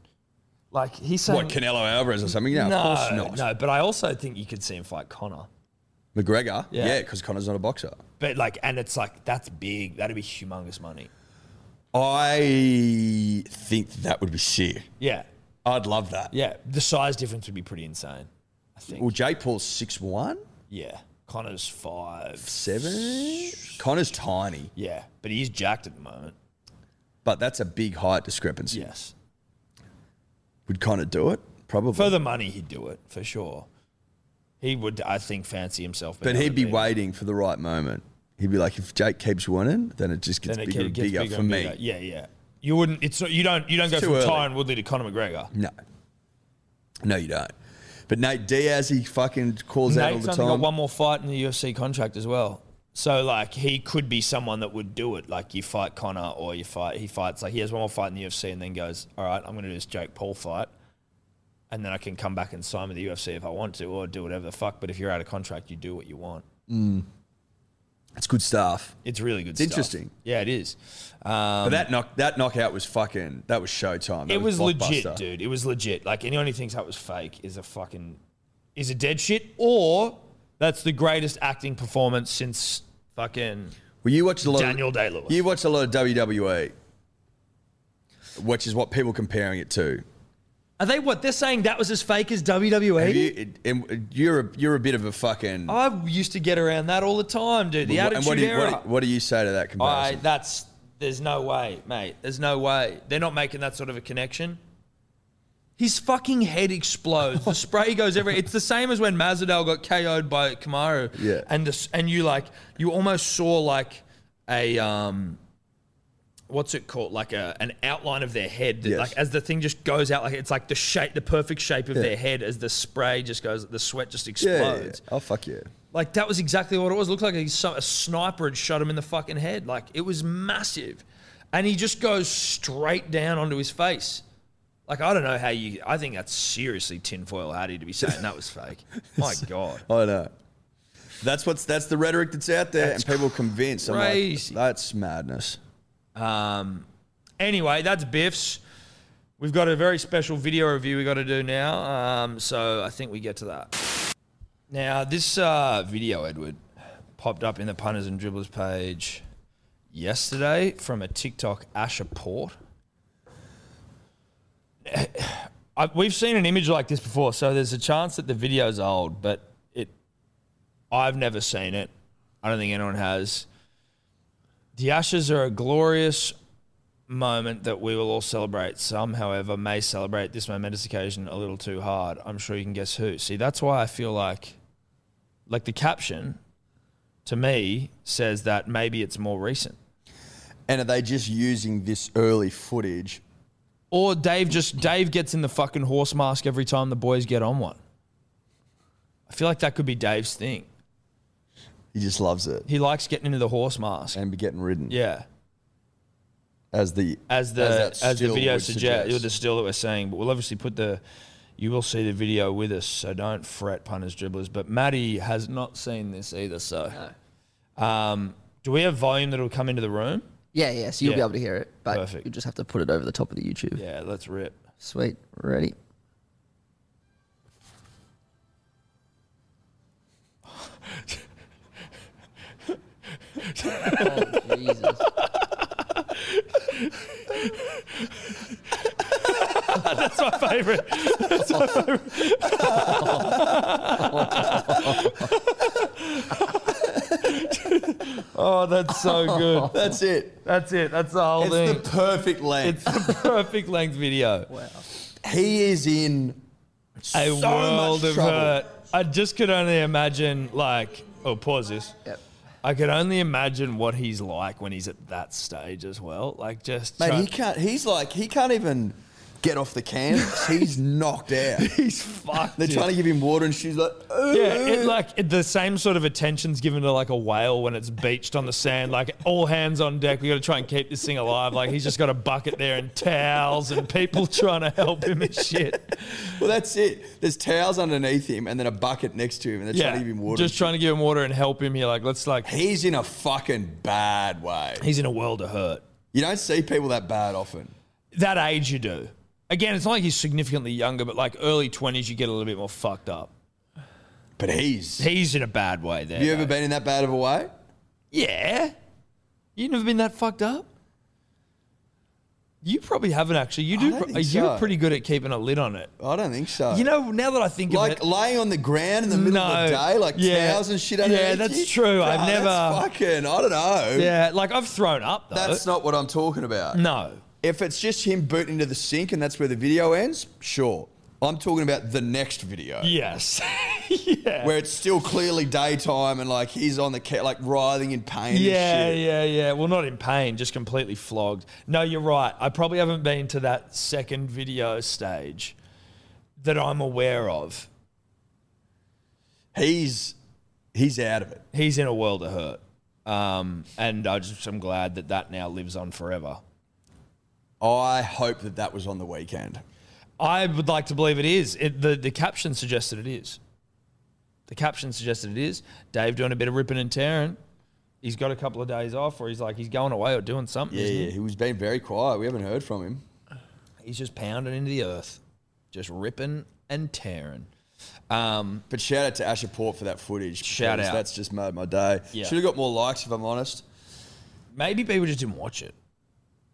Like, he's saying.
What Canelo Alvarez or something? No,
no,
of course not.
no, but I also think you could see him fight Connor.
McGregor,
Yeah.
yeah, because Connor's not a boxer.
But, like, and it's like, that's big. That'd be humongous money.
I think that would be sick.
Yeah.
I'd love that.
Yeah. The size difference would be pretty insane, I think.
Well, Jake Paul's six one,
yeah. Connor's five.
seven. Connor's tiny,
Yeah. But he's jacked at the moment.
but that's a big height discrepancy.
Yes.
Would Connor do it? Probably.
For the money, he'd do it, for sure. He would, I think, fancy himself.
But he'd be
way.
waiting for the right moment. He'd be like, if Jake keeps winning, then it just gets
then it
bigger
ke-
and
gets
bigger,
bigger
for
and
me.
bigger. Yeah, yeah. You wouldn't. It's not, you don't. You don't go
too
from
early.
Tyron Woodley to Conor McGregor.
No. No, you don't. But Nate Diaz, he fucking calls out all
Nate's
the
only
time.
got one more fight in the UFC contract as well. So like he could be someone that would do it. Like you fight Connor or you fight he fights like he has one more fight in the UFC and then goes, All right, I'm gonna do this Jake Paul fight and then I can come back and sign with the UFC if I want to or do whatever the fuck. But if you're out of contract you do what you want.
It's good stuff.
It's really good
It's interesting.
Yeah, it is. Um,
But that knock, that knockout was fucking. That was showtime. That
it was legit,
blockbuster.
dude. It was legit. Like, anyone who thinks that was fake is a fucking is a dead shit, or that's the greatest acting performance since fucking
Well, you watched a lot.
Daniel
of,
Day Lewis.
You watched a lot of WWE, which is what people comparing it to.
Are they what? They're saying that was as fake as WWE.
Have you, and uh, you're a you're a bit of a fucking.
I used to get around that all the time, dude. Oh, The
and
Attitude
what do, you,
Era. Oh,
what, do, what do you say to that
I
comparison?
that's there's no way, mate. There's no way. They're not making that sort of a connection. His fucking head explodes. The spray goes everywhere. It's the same as when Masvidal got KO'd by Kamaru.
Yeah.
And this, and you like you almost saw like a um what's it called? Like a an outline of their head. that,
Yes.
Like as the thing just goes out like it's like the shape the perfect shape of their head as the spray just goes the sweat just
yeah,
explodes.
yeah, yeah. Oh fuck yeah.
Like that was exactly what it was. It looked like a, some- a sniper had shot him in the fucking head. Like it was massive, and he just goes straight down onto his face. Like I don't know how you. I think that's seriously tinfoil hatty to be saying that was fake. My God,
I know. That's what's that's the rhetoric that's out there,
That's
and people convinced. I'm
crazy.
like, that's madness.
Um, anyway, that's Biff's. We've got a very special video review we got to do now. Um, so I think we get to that. Now, this uh, video, Edward, popped up in the punters and dribblers page yesterday from a TikTok Asher Port. (sighs) I, we've seen an image like this before, so there's a chance that the video's old, but it, I've never seen it. I don't think anyone has. The Ashes are a glorious moment that we will all celebrate. Some, however, may celebrate this momentous occasion a little too hard. I'm sure you can guess who. See, that's why I feel like, like the caption, to me, says that maybe it's more recent.
And are they just using this early footage?
Or Dave just Dave gets in the fucking horse mask every time the boys get on one. I feel like that could be Dave's thing.
He just loves it
He likes getting into the horse mask.
and be getting ridden
Yeah.
as the
as the
that
as, the
still
video
would
suggests, the still that we're seeing. But we'll obviously put the you will see the video with us, so don't fret, punters, dribblers. But Maddie has not seen this either, so. Um, do we have volume that'll come into the room?
Yeah, yeah. So you'll be
Yeah.
able to hear it, but
Perfect.
you just have to put it over the top of the YouTube.
Yeah, let's rip.
Sweet.
(laughs)
Ready? oh, Jesus.
That's my favorite. (laughs) oh, that's so good.
That's it.
That's it. That's the whole
It's
thing.
the perfect length.
it's the perfect length video.
he is in
a
so
world
much
of uh,
trouble.
hurt. I just could only imagine, like, oh, pause this.
Yep.
I could only imagine what he's like when he's at that stage as well. Like, just
Mate,
try-
he can't. He's like he can't even get off
(laughs)
the canvas. he's knocked out.
he's fucked.
(laughs) They're
dude.
trying to give him water, and she's like, (laughs)
yeah, it, like it, the same sort of attention's given to like a whale when it's beached on the sand. Like all hands on deck, we got to try and keep this thing alive. Like he's just got a bucket there and towels and people (laughs) trying to help him and shit.
well, that's it. There's towels underneath him, and then a bucket next to him, and they're
Yeah,
trying to give him water.
just trying to give him water and help him here. Like let's like
He's in a fucking bad way.
he's in a world of hurt.
You don't see people that bad often.
that age you do. Again, it's not like he's significantly younger, but like early twenties, you get a little bit more fucked up.
But he's.
He's in a bad way there.
Have you ever
though.
been in that bad of a way?
Yeah, you never been that fucked up. You probably haven't actually. You do.
don't
pro-
think
you're
so.
pretty good at keeping a lid on it.
I don't think so.
You know, now that I think
like
of it,
laying on the ground in the middle of the
No.
day, like
Yeah.
towels and shit.
Yeah,
underneath
that's
you?
true. I've
Nah, that's
never-
fucking. I don't know.
yeah, like I've thrown up though.
That's not what I'm talking about.
no.
If it's just him booting into the sink and that's where the video ends, sure. I'm talking about the next video
Yes. (laughs) yeah.
where it's still clearly daytime and like he's on the cat, like writhing in pain.
Yeah,
and shit.
yeah, yeah. Well, not in pain, just completely flogged. No, you're right. I probably haven't been to that second video stage. that I'm aware of,
He's he's out of it.
he's in a world of hurt. Um, and I just I'm glad that that now lives on forever.
I hope that that was on the weekend.
I would like to believe it is. It, the the caption suggested it is. The caption suggested it is. Dave doing a bit of ripping and tearing. He's got a couple of days off, or he's like he's going away or doing something.
Yeah,
isn't he?
yeah. He was being very quiet. We haven't heard from him.
He's just pounding into the earth, just ripping and tearing. Um,
But shout out to Asher Port for that footage.
Shout
because
out.
That's just made my day.
Yeah.
Should have got more likes if I'm honest.
maybe people just didn't watch it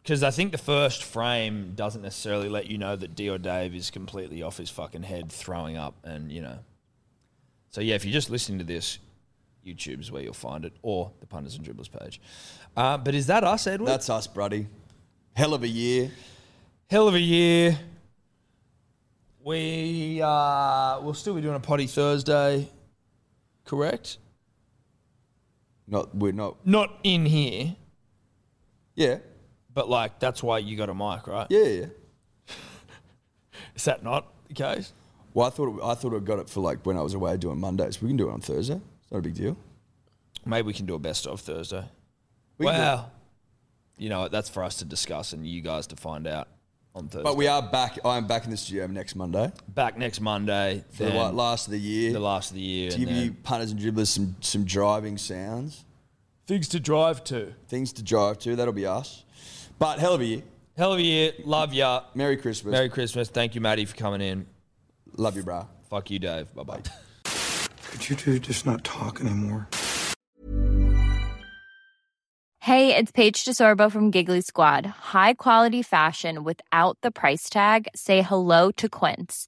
because I think the first frame doesn't necessarily let you know that Dio Dave is completely off his fucking head, throwing up, and you know. So yeah, if you're just listening to this, YouTube's where you'll find it, or the punters and dribblers page. Uh, but is that us, Edward?
That's us, buddy. Hell of a year.
hell of a year. We uh, we'll still be doing a potty Thursday, correct?
Not we're not.
Not in here,
Yeah,
but like that's why you got a mic, right?
yeah, yeah.
Is that not the case?
Well, I thought it, I thought I got it for like when I was away doing Mondays. We can do it on Thursday. It's not a big deal.
Maybe we can do a best of Thursday.
We can do it.
wow. You know, that's for us to discuss and you guys to find out on Thursday.
But we are back. I am back in the studio next Monday
Back next Monday,
for
then
the la- last of the year.
the last of the year.
to
and
give you
then-
punters and dribblers some some driving sounds,
things to drive to.
things to drive to. That'll be us. But hell of a year.
Hell of a year. Love ya.
Merry Christmas.
Merry Christmas. Thank you, Maddie, for coming in.
Love you, brah.
Fuck you, Dave. Bye bye.
Could you two just not talk anymore?
Hey, it's Paige DeSorbo from Giggly Squad. High quality fashion without the price tag. Say hello to Quince.